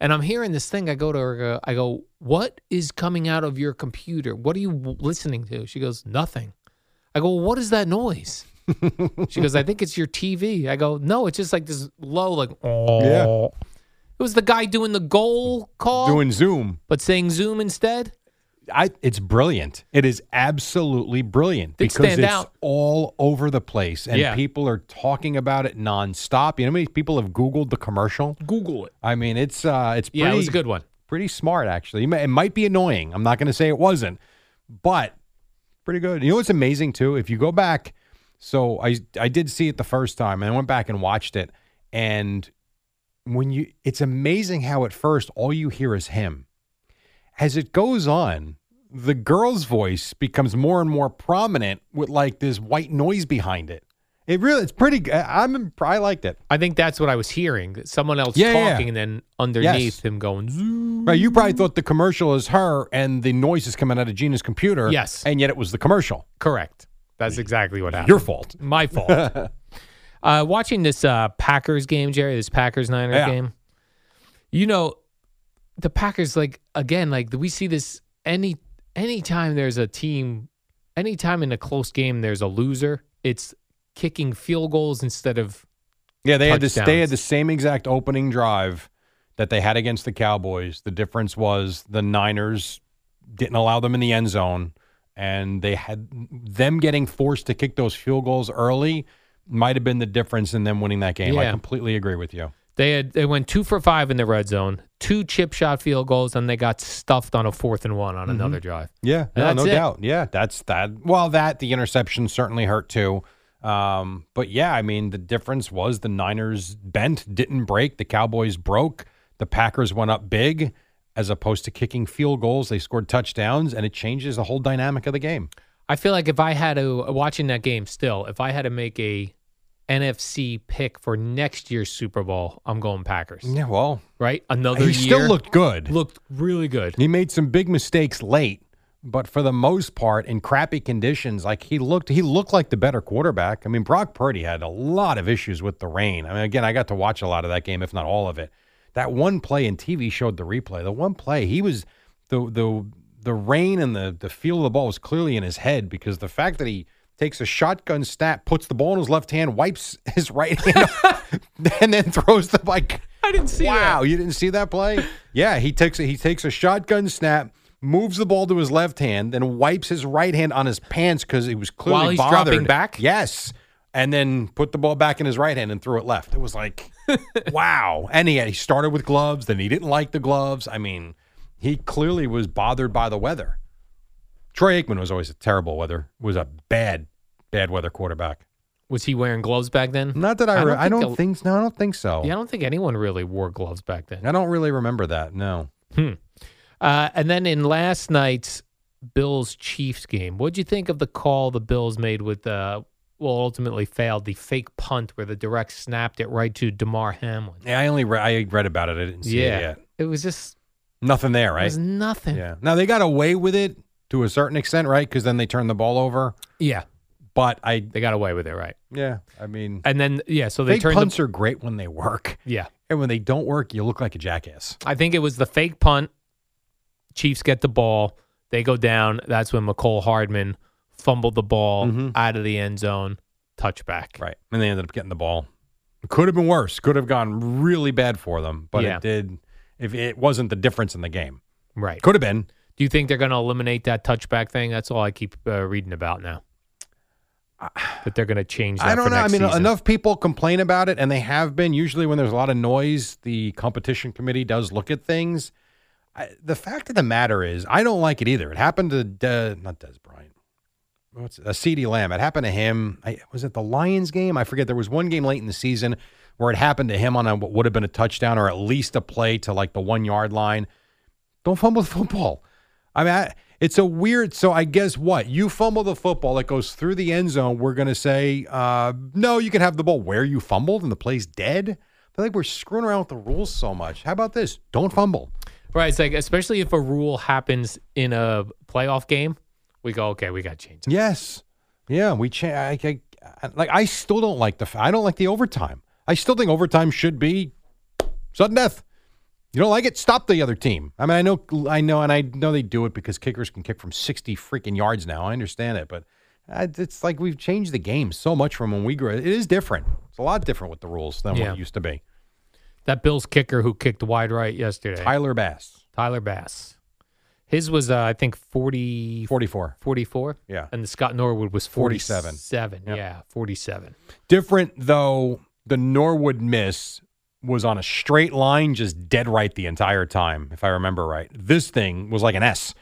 Speaker 2: and I'm hearing this thing. I go to her, uh, I go, "What is coming out of your computer? What are you w- listening to?" She goes, "Nothing." I go, "What is that noise?" she goes, "I think it's your TV." I go, "No, it's just like this low, like oh."
Speaker 3: Yeah.
Speaker 2: It was the guy doing the goal call,
Speaker 3: Doing Zoom.
Speaker 2: but saying Zoom instead.
Speaker 3: I it's brilliant. It is absolutely brilliant
Speaker 2: Did
Speaker 3: because
Speaker 2: stand
Speaker 3: it's
Speaker 2: out.
Speaker 3: all over the place and
Speaker 2: Yeah.
Speaker 3: people are talking about it nonstop. You know how many people have googled the commercial?
Speaker 2: Google it.
Speaker 3: I mean, it's uh it's pretty
Speaker 2: Yeah, it was a good one.
Speaker 3: pretty smart actually. You may- It might be annoying. I'm not going to say it wasn't, but pretty good. You know what's amazing too? If you go back, so I I did see it the first time, and I went back and watched it, and when you, it's amazing how at first all you hear is him. As it goes on, the girl's voice becomes more and more prominent with like this white noise behind it. It really, it's pretty. g- I'm I liked it.
Speaker 2: I think that's what I was hearing. that Someone else
Speaker 3: Yeah, yeah.
Speaker 2: talking, and then underneath
Speaker 3: Yes.
Speaker 2: him going, "Zoo."
Speaker 3: Right, you probably thought the commercial is her and the noise is coming out of Gina's computer.
Speaker 2: Yes.
Speaker 3: And yet it was the commercial.
Speaker 2: correct. That's exactly what happened.
Speaker 3: Your fault.
Speaker 2: My fault. uh, watching this uh, Packers game, Jerry, this Packers Niners
Speaker 3: Yeah.
Speaker 2: game, you know, the Packers, like, again, like, we see this any anytime there's a team, anytime in a close game there's a loser, it's kicking field goals instead of,
Speaker 3: Yeah, they had this they
Speaker 2: Touchdowns.
Speaker 3: had the same exact opening drive that they had against the Cowboys. The difference was the Niners didn't allow them in the end zone and they had them getting forced to kick those field goals early might have been the difference in them winning that game. I
Speaker 2: Yeah.
Speaker 3: completely agree with you.
Speaker 2: they had, they went two for five in the red zone, two chip shot field goals, and they got stuffed on a fourth and one on another
Speaker 3: Mm-hmm.
Speaker 2: drive.
Speaker 3: Yeah, no,
Speaker 2: That's
Speaker 3: no
Speaker 2: it.
Speaker 3: doubt. Yeah, that's that. Well, that the interception certainly hurt too. Um, but yeah, I mean, the difference was the Niners bent, didn't break. The Cowboys broke. The Packers went up big, as opposed to kicking field goals. They scored touchdowns, and it changes the whole dynamic of the game.
Speaker 2: I feel like if I had to watching that game still, if I had to make a NFC pick for next year's Super Bowl, I'm going Packers.
Speaker 3: Yeah, well,
Speaker 2: Right? Another
Speaker 3: he
Speaker 2: year
Speaker 3: still looked good.
Speaker 2: looked really good.
Speaker 3: He made some big mistakes late, but for the most part, in crappy conditions, like he looked, he looked like the better quarterback. I mean, Brock Purdy had a lot of issues with the rain. I mean, again, I got to watch a lot of that game, if not all of it. That one play in TV showed the replay. The one play, he was the the the rain and the the feel of the ball was clearly in his head because the fact that he takes a shotgun snap, puts the ball in his left hand, wipes his right hand, off, and then throws the like.
Speaker 2: I didn't see
Speaker 3: Wow, you didn't see that play? yeah, he takes a, he takes a shotgun snap, moves the ball to his left hand, then wipes his right hand on his pants because he was clearly
Speaker 2: While he's
Speaker 3: bothered.
Speaker 2: dropping back?
Speaker 3: Yes, and then put the ball back in his right hand and threw it left. It was like, wow. And he he started with gloves, then he didn't like the gloves. I mean, he clearly was bothered by the weather. Troy Aikman was always a terrible weather. Was a bad, bad weather quarterback.
Speaker 2: Was he wearing gloves back then?
Speaker 3: Not that I, re- I don't
Speaker 2: a-
Speaker 3: think. No, I don't think so.
Speaker 2: Yeah, I don't think anyone really wore gloves back then.
Speaker 3: I don't really remember that. No.
Speaker 2: Uh, and then in last night's Bills Chiefs game, what'd you think of the call the Bills made with uh well ultimately failed the fake punt where the direct snapped it right to DeMar Hamlin?
Speaker 3: Yeah, I only re- I read about it. I didn't see it yet.
Speaker 2: It was just
Speaker 3: Nothing there,
Speaker 2: it
Speaker 3: right?
Speaker 2: was nothing.
Speaker 3: Yeah. Now they got away with it to a certain extent, right? Because then they turned the ball over.
Speaker 2: yeah.
Speaker 3: But I,
Speaker 2: They got away with it, right?
Speaker 3: yeah, I mean,
Speaker 2: And then yeah, so they
Speaker 3: fake
Speaker 2: turned
Speaker 3: punts
Speaker 2: the,
Speaker 3: are great when they work,
Speaker 2: yeah.
Speaker 3: and when they don't work, you look like a jackass.
Speaker 2: I think it was the fake punt. Chiefs get the ball. They go down. That's when McCole Hardman fumbled the ball out of the end zone. Touchback.
Speaker 3: Mm-hmm. Right. And they ended up getting the ball. It could have been worse. Could have gone really bad for them, but
Speaker 2: Yeah.
Speaker 3: it did. If it wasn't the difference in the game,
Speaker 2: Right.
Speaker 3: could have been.
Speaker 2: Do you think they're going to eliminate that touchback thing? That's all I keep uh, reading about now. That they're going to change. That
Speaker 3: I don't
Speaker 2: for
Speaker 3: know. I
Speaker 2: next
Speaker 3: mean,
Speaker 2: season.
Speaker 3: enough people complain about it, and they have been. Usually, when there's a lot of noise, the competition committee does look at things. I, the fact of the matter is, I don't like it either. It happened to De, not Des Bryant. What's a CD Lamb? It happened to him. I, was it the Lions game? I forget. There was one game late in the season where it happened to him on a, what would have been a touchdown or at least a play to like the one yard line. Don't fumble the football. I mean, I, It's a weird. So I guess what you fumble the football that goes through the end zone. We're going to say uh, no. You can have the ball where you fumbled and the play's dead. I feel like we're screwing around with the rules so much. How about this? Don't fumble.
Speaker 2: Right. It's like, especially if a rule happens in a playoff game, we go, okay, we got to change.
Speaker 3: Yes. Yeah. We cha- I, I, I- like. I still don't like the. f- I don't like the overtime. I still think overtime should be sudden death. You don't like it? Stop the other team. I mean, I know, I know, and I know they do it because kickers can kick from sixty freaking yards now. I understand it, but uh, it's like we've changed the game so much from when we grew. It is different. It's a lot different with the rules than
Speaker 2: Yeah.
Speaker 3: what it used to be.
Speaker 2: That Bills kicker who kicked wide right yesterday.
Speaker 3: Tyler Bass.
Speaker 2: Tyler Bass. His was, uh, I think, 40,
Speaker 3: 44.
Speaker 2: 44.
Speaker 3: Yeah.
Speaker 2: And the Scott Norwood was
Speaker 3: 47.
Speaker 2: 47. Yeah, 47.
Speaker 3: Different though, the Norwood miss was on a straight line, just dead right the entire time, if I remember right. This thing was like an S.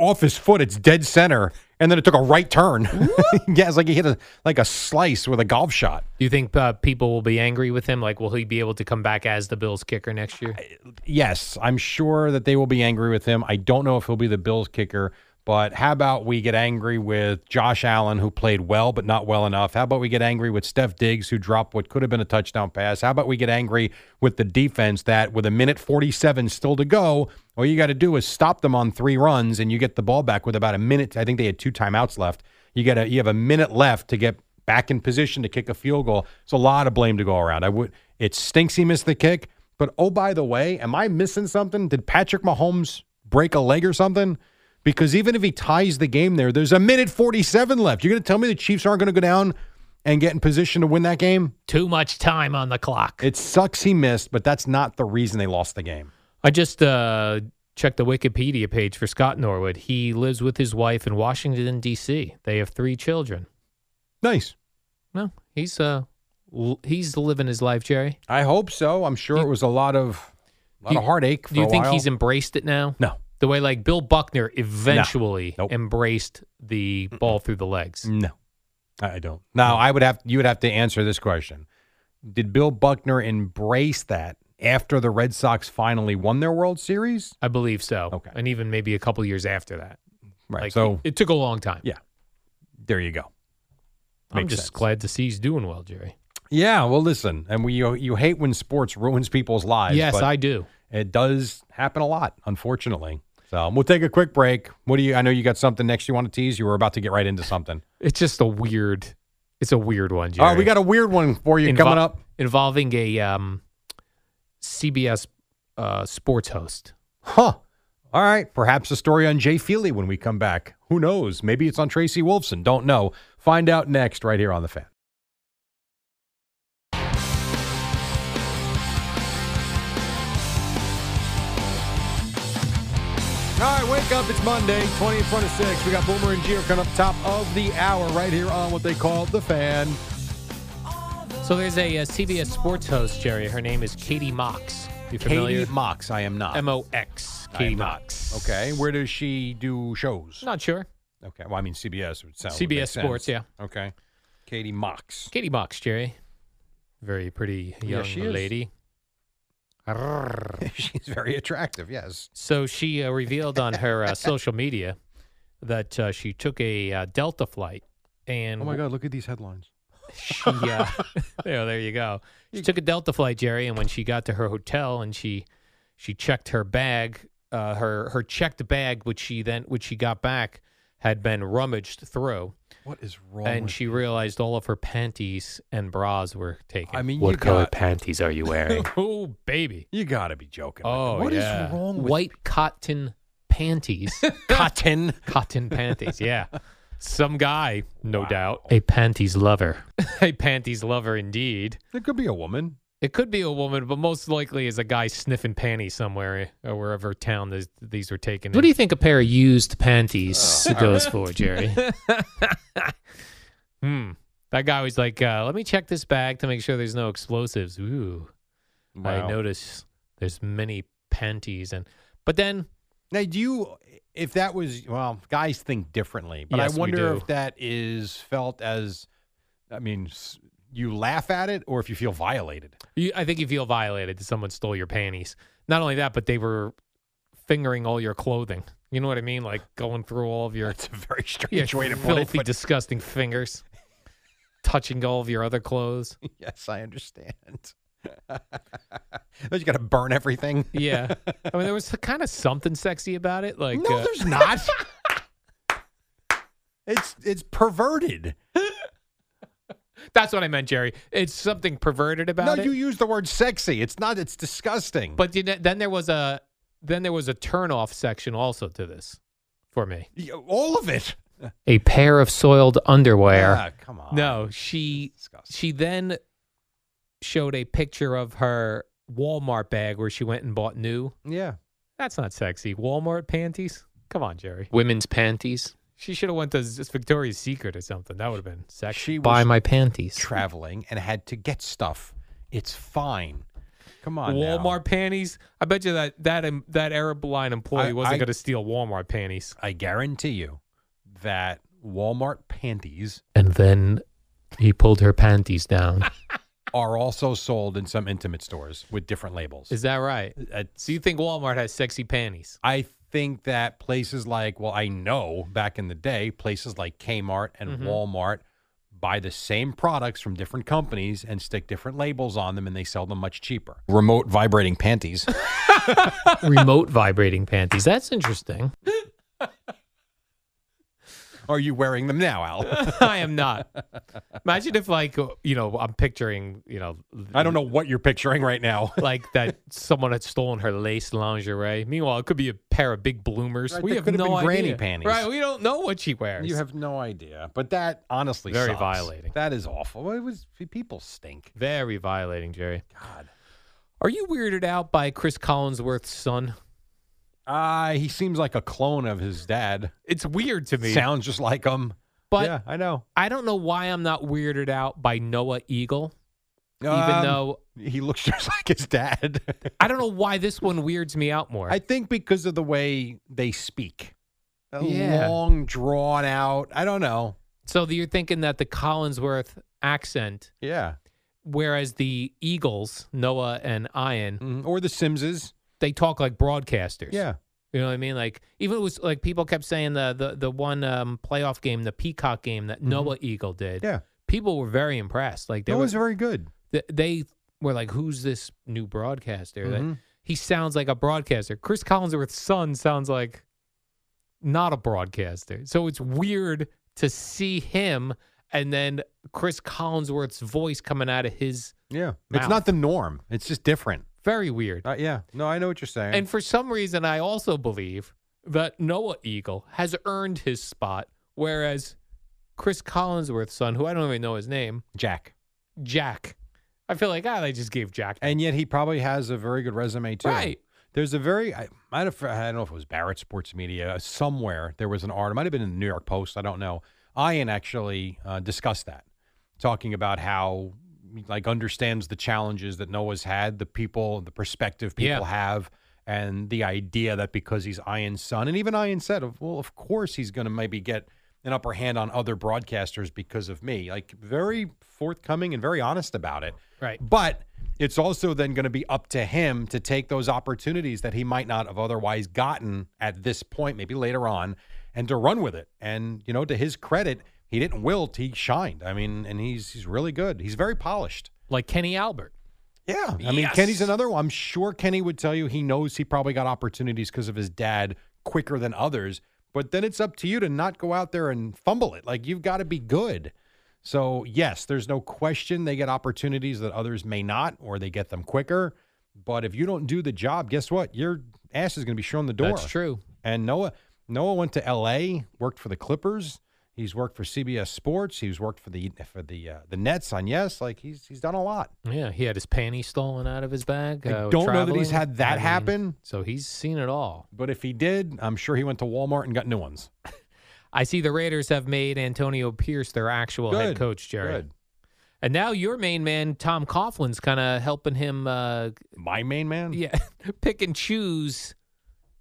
Speaker 3: Off his foot, it's dead center, and then it took a right turn. yeah, it's like he hit a like a slice with a golf shot.
Speaker 2: Do you think uh, people will be angry with him? Like, will he be able to come back as the Bills kicker next year?
Speaker 3: Yes, I'm sure that they will be angry with him. I don't know if he'll be the Bills kicker, but how about we get angry with Josh Allen, who played well but not well enough? How about we get angry with Steph Diggs, who dropped what could have been a touchdown pass? How about we get angry with the defense that, with a minute 47 still to go, all you got to do is stop them on three runs and you get the ball back with about a minute. I think they had two timeouts left. You got to you have a minute left to get back in position to kick a field goal. It's a lot of blame to go around. I would. It stinks he missed the kick. But oh, by the way, am I missing something? Did Patrick Mahomes break a leg or something? Because even if he ties the game there, there's a minute 47 left. You're going to tell me the Chiefs aren't going to go down and get in position to win that game?
Speaker 2: Too much time on the clock.
Speaker 3: It sucks he missed, but that's not the reason they lost the game.
Speaker 2: I just uh, checked the Wikipedia page for Scott Norwood. He lives with his wife in Washington, D.C., they have three children.
Speaker 3: Nice.
Speaker 2: No, he's uh, l- he's living his life, Jerry.
Speaker 3: I hope so. I'm sure it was a lot of lot
Speaker 2: Do
Speaker 3: of
Speaker 2: you-
Speaker 3: heartache. For
Speaker 2: Do you
Speaker 3: a
Speaker 2: think
Speaker 3: while.
Speaker 2: he's embraced it now?
Speaker 3: No.
Speaker 2: The way like Bill Buckner eventually
Speaker 3: Nope. Mm.
Speaker 2: embraced the ball through the legs.
Speaker 3: No, I I don't. Now I would have you would have to answer this question. Did Bill Buckner embrace that after the Red Sox finally won their World Series?
Speaker 2: I believe so. Okay. And even maybe a couple years after that.
Speaker 3: Right.
Speaker 2: Like,
Speaker 3: so
Speaker 2: it, it took a long time.
Speaker 3: Yeah. there you go.
Speaker 2: I'm
Speaker 3: Makes
Speaker 2: just
Speaker 3: sense.
Speaker 2: glad to see he's doing well, Jerry.
Speaker 3: Yeah. Well, listen, and we uh, you, you hate when sports ruins people's lives.
Speaker 2: yes,
Speaker 3: but
Speaker 2: I do.
Speaker 3: It does happen a lot, unfortunately. So we'll take a quick break. What do you? I know you got something next you want to tease. You were about to get right into something.
Speaker 2: It's just a weird it's a weird one, Jerry.
Speaker 3: All right, we got a weird one for you
Speaker 2: Invol-
Speaker 3: coming up.
Speaker 2: involving a um, CBS uh, sports host.
Speaker 3: Huh. All right. Perhaps a story on Jay Feely when we come back. Who knows? Maybe it's on Tracy Wolfson. Don't know. Find out next, right here on The Fan. All right, wake up. It's Monday, 20 in front of 6. We got Boomer and Gio coming up top of the hour right here on what they call The Fan.
Speaker 2: So there's a, uh CBS sports host, Jerry. Her name is Katie Mox. You familiar?
Speaker 3: Katie Mox, I am not.
Speaker 2: M O X.
Speaker 3: I am
Speaker 2: Katie
Speaker 3: not.
Speaker 2: Mox.
Speaker 3: Okay. Where does she do shows?
Speaker 2: Not sure.
Speaker 3: Okay. Well, I mean, CBS would sound would
Speaker 2: CBS
Speaker 3: make sense.
Speaker 2: Sports, yeah.
Speaker 3: Okay. Katie Mox.
Speaker 2: Katie Mox, Jerry. Very pretty
Speaker 3: Yeah,
Speaker 2: young
Speaker 3: she is.
Speaker 2: lady. Arrrr.
Speaker 3: She's very attractive, yes.
Speaker 2: So she uh, revealed on her uh, social media that uh, she took a uh, Delta flight and
Speaker 3: Oh my God, look at these headlines.
Speaker 2: she uh, there, there you go. She took a Delta flight, Jerry, and when she got to her hotel and she she checked her bag, uh, her her checked bag, which she then which she got back had been rummaged through,
Speaker 3: What is wrong?
Speaker 2: and
Speaker 3: with-
Speaker 2: she realized all of her panties and bras were taken.
Speaker 3: I mean, What you color got-
Speaker 2: panties are you wearing? oh, baby!
Speaker 3: you got to be joking.
Speaker 2: Oh,
Speaker 3: What is
Speaker 2: yeah.
Speaker 3: wrong with
Speaker 2: white cotton panties?
Speaker 3: cotton?
Speaker 2: cotton panties, yeah. Some guy, no doubt, a panties lover, a panties lover indeed.
Speaker 3: There could be a woman.
Speaker 2: It could be a woman, but most likely is a guy sniffing panties somewhere or wherever town these, these were taken. What do you think a pair of used panties goes for, Jerry? hmm. That guy was like, uh, "Let me check this bag to make sure there's no explosives." Ooh, I
Speaker 3: Wow.
Speaker 2: notice there's many panties, and but then
Speaker 3: Now, do you, if that was, well, guys think differently, but
Speaker 2: Yes,
Speaker 3: I
Speaker 2: we
Speaker 3: wonder
Speaker 2: do.
Speaker 3: if that is felt as, I mean, s- you laugh at it or if you feel violated.
Speaker 2: you, I think you feel violated that someone stole your panties. Not only that, but they were fingering all your clothing. You know what I mean? Like going through all of your. It's
Speaker 3: a very strange way to put it,
Speaker 2: filthy,
Speaker 3: but-
Speaker 2: disgusting fingers, touching all of your other clothes.
Speaker 3: Yes, I understand. But you got to burn everything.
Speaker 2: Yeah. I mean, there was kind of something sexy about it. Like, uh,
Speaker 3: No, there's not. it's it's perverted.
Speaker 2: That's what I meant, Jerry. It's something perverted about
Speaker 3: no,
Speaker 2: it.
Speaker 3: you use the word sexy. It's not. It's disgusting.
Speaker 2: But you know, then there was a then there was a turnoff section also to this for me.
Speaker 3: Y- all of it.
Speaker 2: A pair of soiled underwear.
Speaker 3: Ah, come on.
Speaker 2: No, she she then showed a picture of her Walmart bag where she went and bought new.
Speaker 3: Yeah.
Speaker 2: That's not sexy. Walmart panties. Come on, Jerry. Women's panties. She should have went to Z- Victoria's Secret or something. That would have been sexy.
Speaker 3: She was
Speaker 2: Buy my panties.
Speaker 3: traveling and had to get stuff. It's fine. Come on. now.
Speaker 2: Walmart panties. I bet you that that em- that Arab line employee
Speaker 3: I-
Speaker 2: wasn't
Speaker 3: I-
Speaker 2: going to steal Walmart panties.
Speaker 3: I guarantee you that Walmart panties
Speaker 2: And then he pulled her panties down.
Speaker 3: are also sold in some intimate stores with different labels.
Speaker 2: Is that right?
Speaker 3: It's-
Speaker 2: Uh, So you think Walmart has sexy panties?
Speaker 3: I think that places like, well, I know back in the day, places like Kmart and
Speaker 2: Mhm.
Speaker 3: Walmart buy the same products from different companies and stick different labels on them and they sell them much cheaper. Remote vibrating panties.
Speaker 2: Remote vibrating panties. That's interesting.
Speaker 3: are you wearing them now, Al?
Speaker 2: I am not. Imagine if, like, uh, you know, I'm picturing, you know,
Speaker 3: I don't know what you're picturing right now.
Speaker 2: like that someone had stolen her lace lingerie. Meanwhile, it could be a pair of big bloomers.
Speaker 3: Right,
Speaker 2: we
Speaker 3: that
Speaker 2: have
Speaker 3: could have
Speaker 2: no
Speaker 3: been granny
Speaker 2: idea.
Speaker 3: panties.
Speaker 2: Right, we don't know what she wears.
Speaker 3: You have no idea. But that honestly
Speaker 2: Very
Speaker 3: sucks.
Speaker 2: violating.
Speaker 3: That is awful. It was people stink.
Speaker 2: very violating, Jerry.
Speaker 3: God.
Speaker 2: Are you weirded out by Chris Collinsworth's son?
Speaker 3: Uh, he seems like a clone of his dad.
Speaker 2: It's weird to me.
Speaker 3: Sounds just like him.
Speaker 2: but
Speaker 3: yeah, I know.
Speaker 2: I don't know why I'm not weirded out by Noah Eagle, even
Speaker 3: Um,
Speaker 2: though
Speaker 3: he looks just like his dad.
Speaker 2: I don't know why this one weirds me out more.
Speaker 3: I think because of the way they speak. That
Speaker 2: Yeah.
Speaker 3: Long, drawn out. I don't know.
Speaker 2: so you're thinking that the Collinsworth accent,
Speaker 3: Yeah.
Speaker 2: whereas the Eagles, Noah and Ian,
Speaker 3: Mhm. Or the Simses.
Speaker 2: they talk like broadcasters.
Speaker 3: Yeah.
Speaker 2: You know what I mean? Like even it was like people kept saying the the the one um, playoff game, the Peacock game that Noah Eagle did.
Speaker 3: Yeah.
Speaker 2: People were very impressed. Like they
Speaker 3: That
Speaker 2: were,
Speaker 3: was very good.
Speaker 2: th- they were like, "Who's this new broadcaster?" That-
Speaker 3: Mhm.
Speaker 2: he sounds like a broadcaster. Chris Collinsworth's son sounds like not a broadcaster. So it's weird to see him and then Chris Collinsworth's voice coming out of his
Speaker 3: Yeah. It's
Speaker 2: Mouth.
Speaker 3: not the norm. It's just different.
Speaker 2: very weird.
Speaker 3: Uh, yeah. No, I know what you're saying.
Speaker 2: And for some reason, I also believe that Noah Eagle has earned his spot, whereas Chris Collinsworth's son, who I don't even know his name,
Speaker 3: Jack.
Speaker 2: Jack, I feel like ah, they just gave Jack.
Speaker 3: And yet he probably has a very good resume too.
Speaker 2: Right.
Speaker 3: There's a very I might have I don't know if it was Barrett Sports Media uh, somewhere there was an article. It might have been in the New York Post. I don't know. Ian actually uh, discussed that, talking about how he, like understands the challenges that Noah's had, the people, the perspective people
Speaker 2: Yeah.
Speaker 3: have, and the idea that because he's Ian's son, and even Ian said, of- well, of course he's going to maybe get an upper hand on other broadcasters because of me. Like very forthcoming and very honest about it.
Speaker 2: Right.
Speaker 3: But it's also then going to be up to him to take those opportunities that he might not have otherwise gotten at this point, maybe later on, and to run with it. And you know, to his credit, he didn't wilt; he shined. I mean, and he's he's really good. He's very polished.
Speaker 2: Like Kenny Albert.
Speaker 3: Yeah, I mean,
Speaker 2: Yes.
Speaker 3: Kenny's another one. I'm sure Kenny would tell you he knows he probably got opportunities because of his dad quicker than others. But then it's up to you to not go out there and fumble it. Like you've got to be good. So yes, there's no question they get opportunities that others may not, or they get them quicker. But if you don't do the job, guess what? Your ass is going to be shown the door.
Speaker 2: That's true.
Speaker 3: And Noah Noah went to L.A. worked for the Clippers. He's worked for CBS Sports. He's worked for the for the uh, the Nets on Yes. Like he's he's done a lot.
Speaker 2: Yeah, he had his panties stolen out of his bag.
Speaker 3: I
Speaker 2: uh,
Speaker 3: don't know that he's
Speaker 2: traveling.
Speaker 3: had that
Speaker 2: I mean,
Speaker 3: happen.
Speaker 2: so he's seen it all.
Speaker 3: But if he did, I'm sure he went to Walmart and got new ones.
Speaker 2: I see the Raiders have made Antonio Pierce their actual head
Speaker 3: Good,
Speaker 2: coach, Jerry.
Speaker 3: Good.
Speaker 2: And now your main man, Tom Coughlin's kind of helping him uh,
Speaker 3: My main man?
Speaker 2: yeah, pick and choose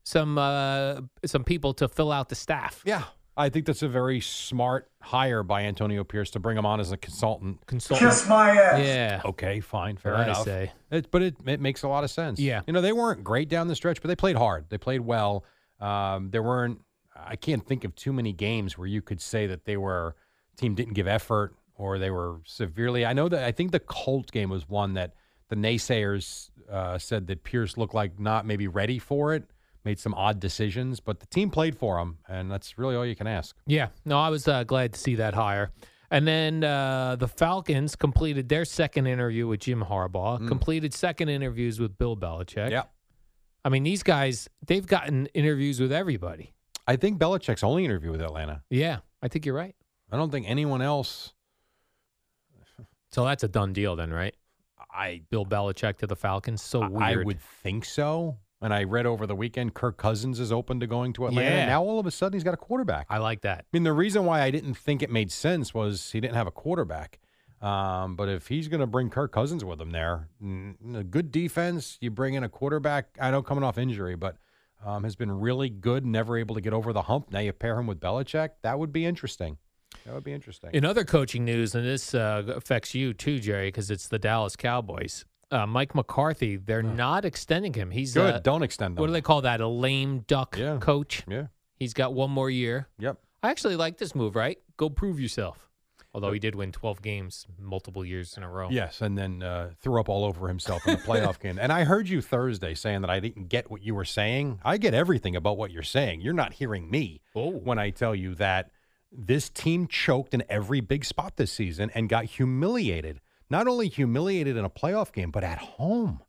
Speaker 2: some uh, some people to fill out the staff.
Speaker 3: Yeah. I think that's a very smart hire by Antonio Pierce to bring him on as a consultant.
Speaker 2: Consultant. Kiss my ass. Yeah.
Speaker 3: Okay, fine, fair
Speaker 2: What I
Speaker 3: enough.
Speaker 2: say.
Speaker 3: It, but it, it makes a lot of sense.
Speaker 2: Yeah.
Speaker 3: You know, they weren't great down the stretch, but they played hard. They played well. Um, there weren't, I can't think of too many games where you could say that they were, team didn't give effort or they were severely. I know that, I think the Colt game was one that the naysayers uh, said that Pierce looked like not maybe ready for it, made some odd decisions, but the team played for him, and that's really all you can ask.
Speaker 2: Yeah. No, I was uh, glad to see that hire. And then uh, the Falcons completed their second interview with Jim Harbaugh, completed second interviews with Bill Belichick.
Speaker 3: Mm. Yeah.
Speaker 2: I mean, these guys, they've gotten interviews with everybody.
Speaker 3: I think Belichick's only interview with Atlanta.
Speaker 2: Yeah. I think you're right.
Speaker 3: I don't think anyone else.
Speaker 2: So that's a done deal then, right?
Speaker 3: I
Speaker 2: Bill Belichick to the Falcons. So
Speaker 3: I-
Speaker 2: weird.
Speaker 3: I would think so. And I read over the weekend Kirk Cousins is open to going to Atlanta.
Speaker 2: Yeah.
Speaker 3: Now all of a sudden he's got a quarterback. I
Speaker 2: I like that.
Speaker 3: mean, the reason why I didn't think it made sense was he didn't have a quarterback. Um, but if he's going to bring Kirk Cousins with him there, mm, a good defense, you bring in a quarterback. I know coming off injury, but um, has been really good, never able to get over the hump. Now you pair him with Belichick. That would be interesting. That would be interesting.
Speaker 2: In other coaching news, and this uh, affects you too, Jerry, because it's the Dallas Cowboys. Uh, Mike McCarthy, they're not extending him. He's
Speaker 3: good.
Speaker 2: uh,
Speaker 3: Don't extend them.
Speaker 2: what do they call that? A lame duck
Speaker 3: Yeah.
Speaker 2: coach.
Speaker 3: yeah.
Speaker 2: He's got one more year.
Speaker 3: Yep.
Speaker 2: I actually like this move, right? Go prove yourself. Although he did win 12 games multiple years in a row.
Speaker 3: Yes, and then uh, threw up all over himself in the playoff game. And I heard you Thursday saying that I didn't get what you were saying. I get everything about what you're saying. You're not hearing me
Speaker 2: Oh.
Speaker 3: when I tell you that this team choked in every big spot this season and got humiliated. Not only humiliated in a playoff game, but at home.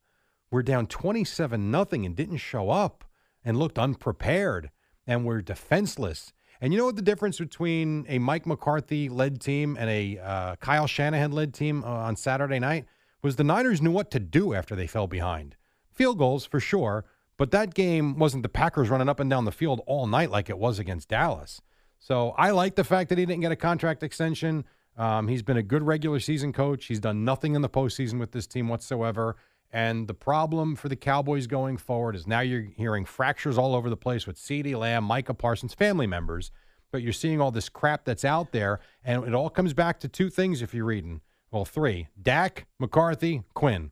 Speaker 3: We're down 27 nothing and didn't show up and looked unprepared and we're defenseless. And you know what the difference between a Mike McCarthy led team and a uh, Kyle Shanahan led team uh, on Saturday night was the Niners knew what to do after they fell behind. Field goals for sure, but that game wasn't the Packers running up and down the field all night like it was against Dallas. So I like the fact that he didn't get a contract extension. Um, he's been a good regular season coach. He's done nothing in the postseason with this team whatsoever. And the problem for the Cowboys going forward is now you're hearing fractures all over the place with CeeDee Lamb, Micah Parsons, family members. But you're seeing all this crap that's out there. And it all comes back to two things if you're reading. Well, three Dak, McCarthy, Quinn.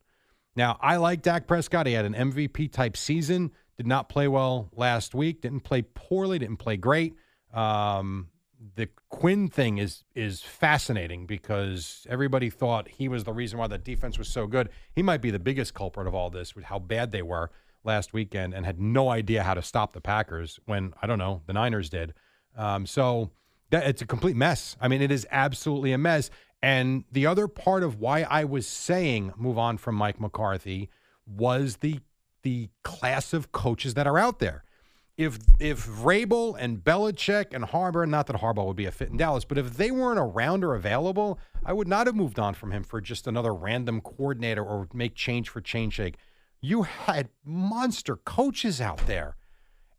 Speaker 3: Now, I like Dak Prescott. He had an MVP type season. Did not play well last week. Didn't play poorly. Didn't play great. Um, the Quinn thing is is fascinating because everybody thought he was the reason why the defense was so good. He might be the biggest culprit of all this with how bad they were last weekend and had no idea how to stop the Packers when I don't know the Niners did. Um, so that it's a complete mess. I mean, it is absolutely a mess. And the other part of why I was saying move on from Mike McCarthy was the the class of coaches that are out there. If if Rabel and Belichick and Harbaugh, not that Harbaugh would be a fit in Dallas, but if they weren't around or available, I would not have moved on from him for just another random coordinator or make change for change shake. You had monster coaches out there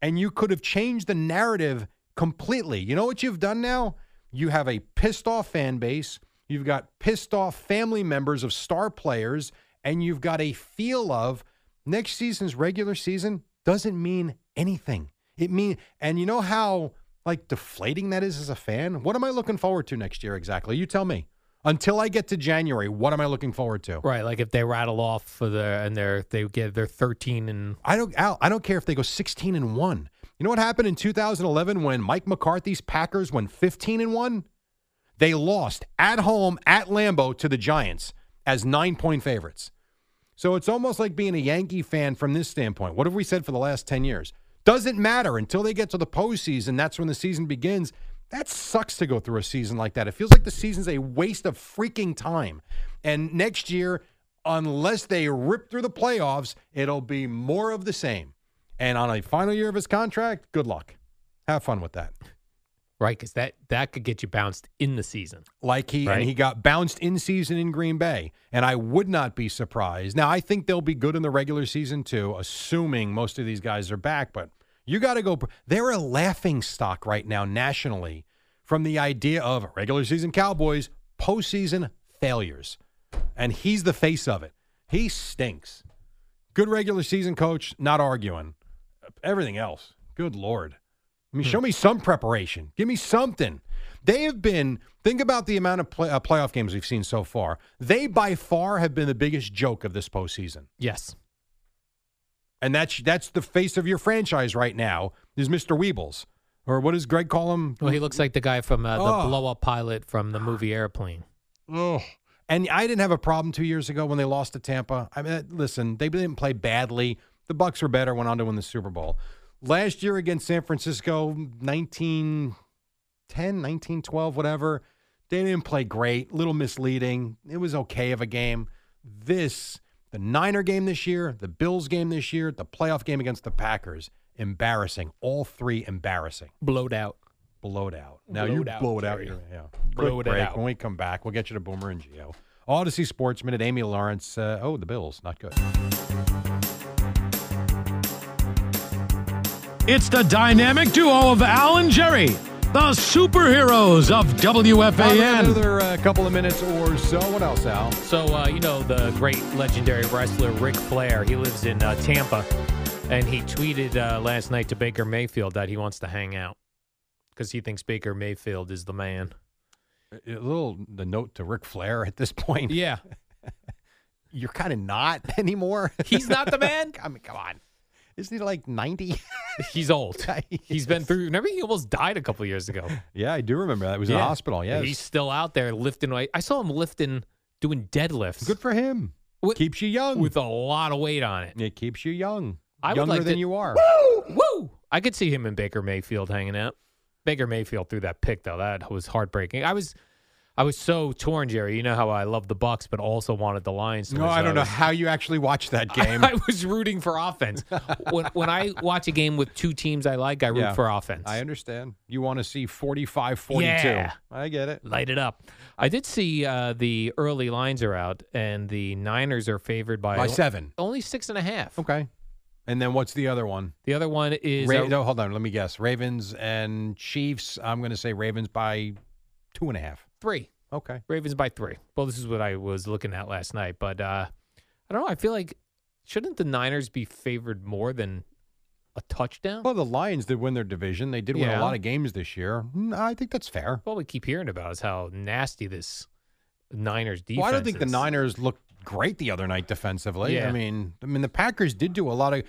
Speaker 3: and you could have changed the narrative completely. You know what you've done now? You have a pissed off fan base, you've got pissed off family members of star players, and you've got a feel of next season's regular season doesn't mean anything. It mean and you know how like deflating that is as a fan? What am I looking forward to next year exactly? You tell me. Until I get to January, what am I looking forward to?
Speaker 2: Right. Like if they rattle off for the, and they're, they get their 13 and
Speaker 3: I don't Al, I don't care if they go 16 and 1. You know what happened in 2011 when Mike McCarthy's Packers went 15 and 1? They lost at home at Lambeau to the Giants as 9-point favorites. So it's almost like being a Yankee fan from this standpoint. What have we said for the last 10 years? Doesn't matter until they get to the postseason. That's when the season begins. That sucks to go through a season like that. It feels like the season's a waste of freaking time. And next year, unless they rip through the playoffs, it'll be more of the same. And on a final year of his contract, good luck. Have fun with that.
Speaker 2: right. Cause that, that could get you bounced in the season.
Speaker 3: Like he
Speaker 2: Right.
Speaker 3: and he got bounced in season in Green Bay, and I would not be surprised. Now I think they'll be good in the regular season too, assuming most of these guys are back. But you got to go. They're a laughing stock right now nationally from the idea of regular season Cowboys, postseason failures, and he's the face of it. He stinks. Good regular season coach, not arguing. Everything else, good lord. I mean, show me some preparation. Give me something. They have been, think about the amount of play, uh, playoff games we've seen so far. They by far have been the biggest joke of this postseason.
Speaker 2: Yes.
Speaker 3: And that's that's the face of your franchise right now is Mr. Weebles. Or what does Greg call him?
Speaker 2: Well, he looks like the guy from uh, the
Speaker 3: Oh. Ah.
Speaker 2: blow up pilot from the movie Airplane.
Speaker 3: Ugh. And I didn't have a problem two years ago when they lost to Tampa. I mean, listen, they didn't play badly. The Bucks were better, went on to win the Super Bowl. Last year against San Francisco, 1910, 1912, whatever, they didn't play great, little misleading. It was okay of a game. This, the Niner game this year, the Bills game this year, the playoff game against the Packers, embarrassing. All three embarrassing.
Speaker 2: Blowed out.
Speaker 3: Blowed out. Now
Speaker 2: Blowed
Speaker 3: you
Speaker 2: out,
Speaker 3: blow it out.
Speaker 2: Jerry.
Speaker 3: Your, yeah.
Speaker 2: Blow
Speaker 3: Quick
Speaker 2: it
Speaker 3: break.
Speaker 2: out.
Speaker 3: When we come back, we'll get you to Boomer and Geo. Odyssey Sports Minute, Amy Lawrence. Uh, oh, the Bills, not good.
Speaker 5: It's the dynamic duo of Al and Jerry, the superheroes of WFAN.
Speaker 3: Another uh, couple of minutes or so. What else, Al?
Speaker 2: So, uh, you know, the great legendary wrestler Ric Flair, he lives in uh, Tampa, and he tweeted uh, last night to Baker Mayfield that he wants to hang out because he thinks Baker Mayfield is the man.
Speaker 3: A little the note to Ric Flair at this point.
Speaker 2: Yeah.
Speaker 3: You're kind of not anymore.
Speaker 2: He's not the man?
Speaker 3: I mean, come on. Isn't he like 90?
Speaker 2: He's old. He's been through, remember, he almost died a couple years ago.
Speaker 3: yeah, I do remember that. He was in a hospital, Oh, yes.
Speaker 2: He's still out there lifting weight. I saw him lifting, doing deadlifts
Speaker 3: good for him.
Speaker 2: With-
Speaker 3: keeps you young.
Speaker 2: with a lot of weight on it.
Speaker 3: it keeps you young.
Speaker 2: I would
Speaker 3: Younger
Speaker 2: like
Speaker 3: than
Speaker 2: to-
Speaker 3: you are.
Speaker 2: Woo! I could see him and Baker Mayfield hanging out. Baker Mayfield threw that pick though. That was heartbreaking. I was I was so torn, Jerry. You know how I love the Bucks, but also wanted the Lions to
Speaker 3: No,
Speaker 2: win, so
Speaker 3: I don't know
Speaker 2: was-
Speaker 3: how you actually watched that game.
Speaker 2: I was rooting for offense. when when I watch a game with two teams I like, I root
Speaker 3: Yeah.
Speaker 2: for offense.
Speaker 3: I understand. You want to see 45 42.
Speaker 2: Yeah.
Speaker 3: I get it.
Speaker 2: Light it up. I did see uh, the early lines are out, and the Niners are favored by,
Speaker 3: By seven.
Speaker 2: only six and a half.
Speaker 3: Okay. And then what's the other one?
Speaker 2: The other one is
Speaker 3: Ra-
Speaker 2: uh,
Speaker 3: no, hold on. Let me guess. Ravens and Chiefs. I'm going to say Ravens by two and a half.
Speaker 2: three.
Speaker 3: Okay.
Speaker 2: Ravens by three. Well, this is what I was looking at last night, but uh, I don't know. I feel like shouldn't the Niners be favored more than a touchdown?
Speaker 3: Well, the Lions did win their division. They did win
Speaker 2: Yeah.
Speaker 3: a lot of games this year. Mm, I think that's fair.
Speaker 2: All we keep hearing about is how nasty this Niners defense.
Speaker 3: Well, I don't think the
Speaker 2: is.
Speaker 3: Niners looked great the other night defensively.
Speaker 2: Yeah.
Speaker 3: I mean, I mean the Packers did do a lot of.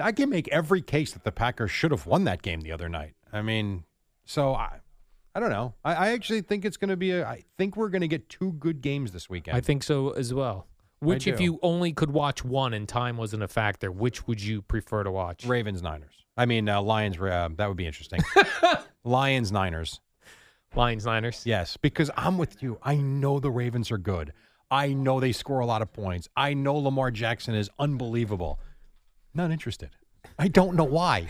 Speaker 3: I can make every case that the Packers should have won that game the other night. I mean, so I, I don't know. I, I actually think it's going to be. A, I think we're going to get two good games this weekend.
Speaker 2: I think so as well. Which, if
Speaker 3: do.
Speaker 2: you only could watch one and time wasn't a factor, which would you prefer to watch?
Speaker 3: Ravens Niners. I mean uh, Lions. Uh, that would be interesting. Lions Niners.
Speaker 2: Lions Niners.
Speaker 3: Yes, because I'm with you. I know the Ravens are good. I know they score a lot of points. I know Lamar Jackson is unbelievable. Not interested. I don't know why.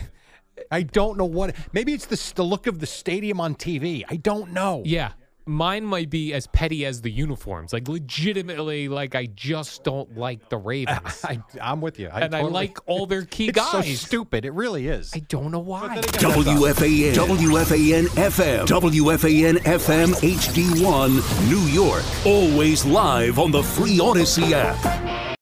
Speaker 3: I don't know what. Maybe it's the, s- the look of the stadium on TV. I don't know.
Speaker 2: Yeah. Mine might be as petty as the uniforms. Like legitimately, like I just don't like the Ravens.
Speaker 3: I, I'm with you. I
Speaker 2: and I
Speaker 3: totally-
Speaker 2: like all their key
Speaker 3: it's so
Speaker 2: guys.
Speaker 3: stupid. It really is.
Speaker 2: I don't know why.
Speaker 4: WFAN, WFAN FM, WFAN FM HD1, New York. Always live on the free Odyssey app.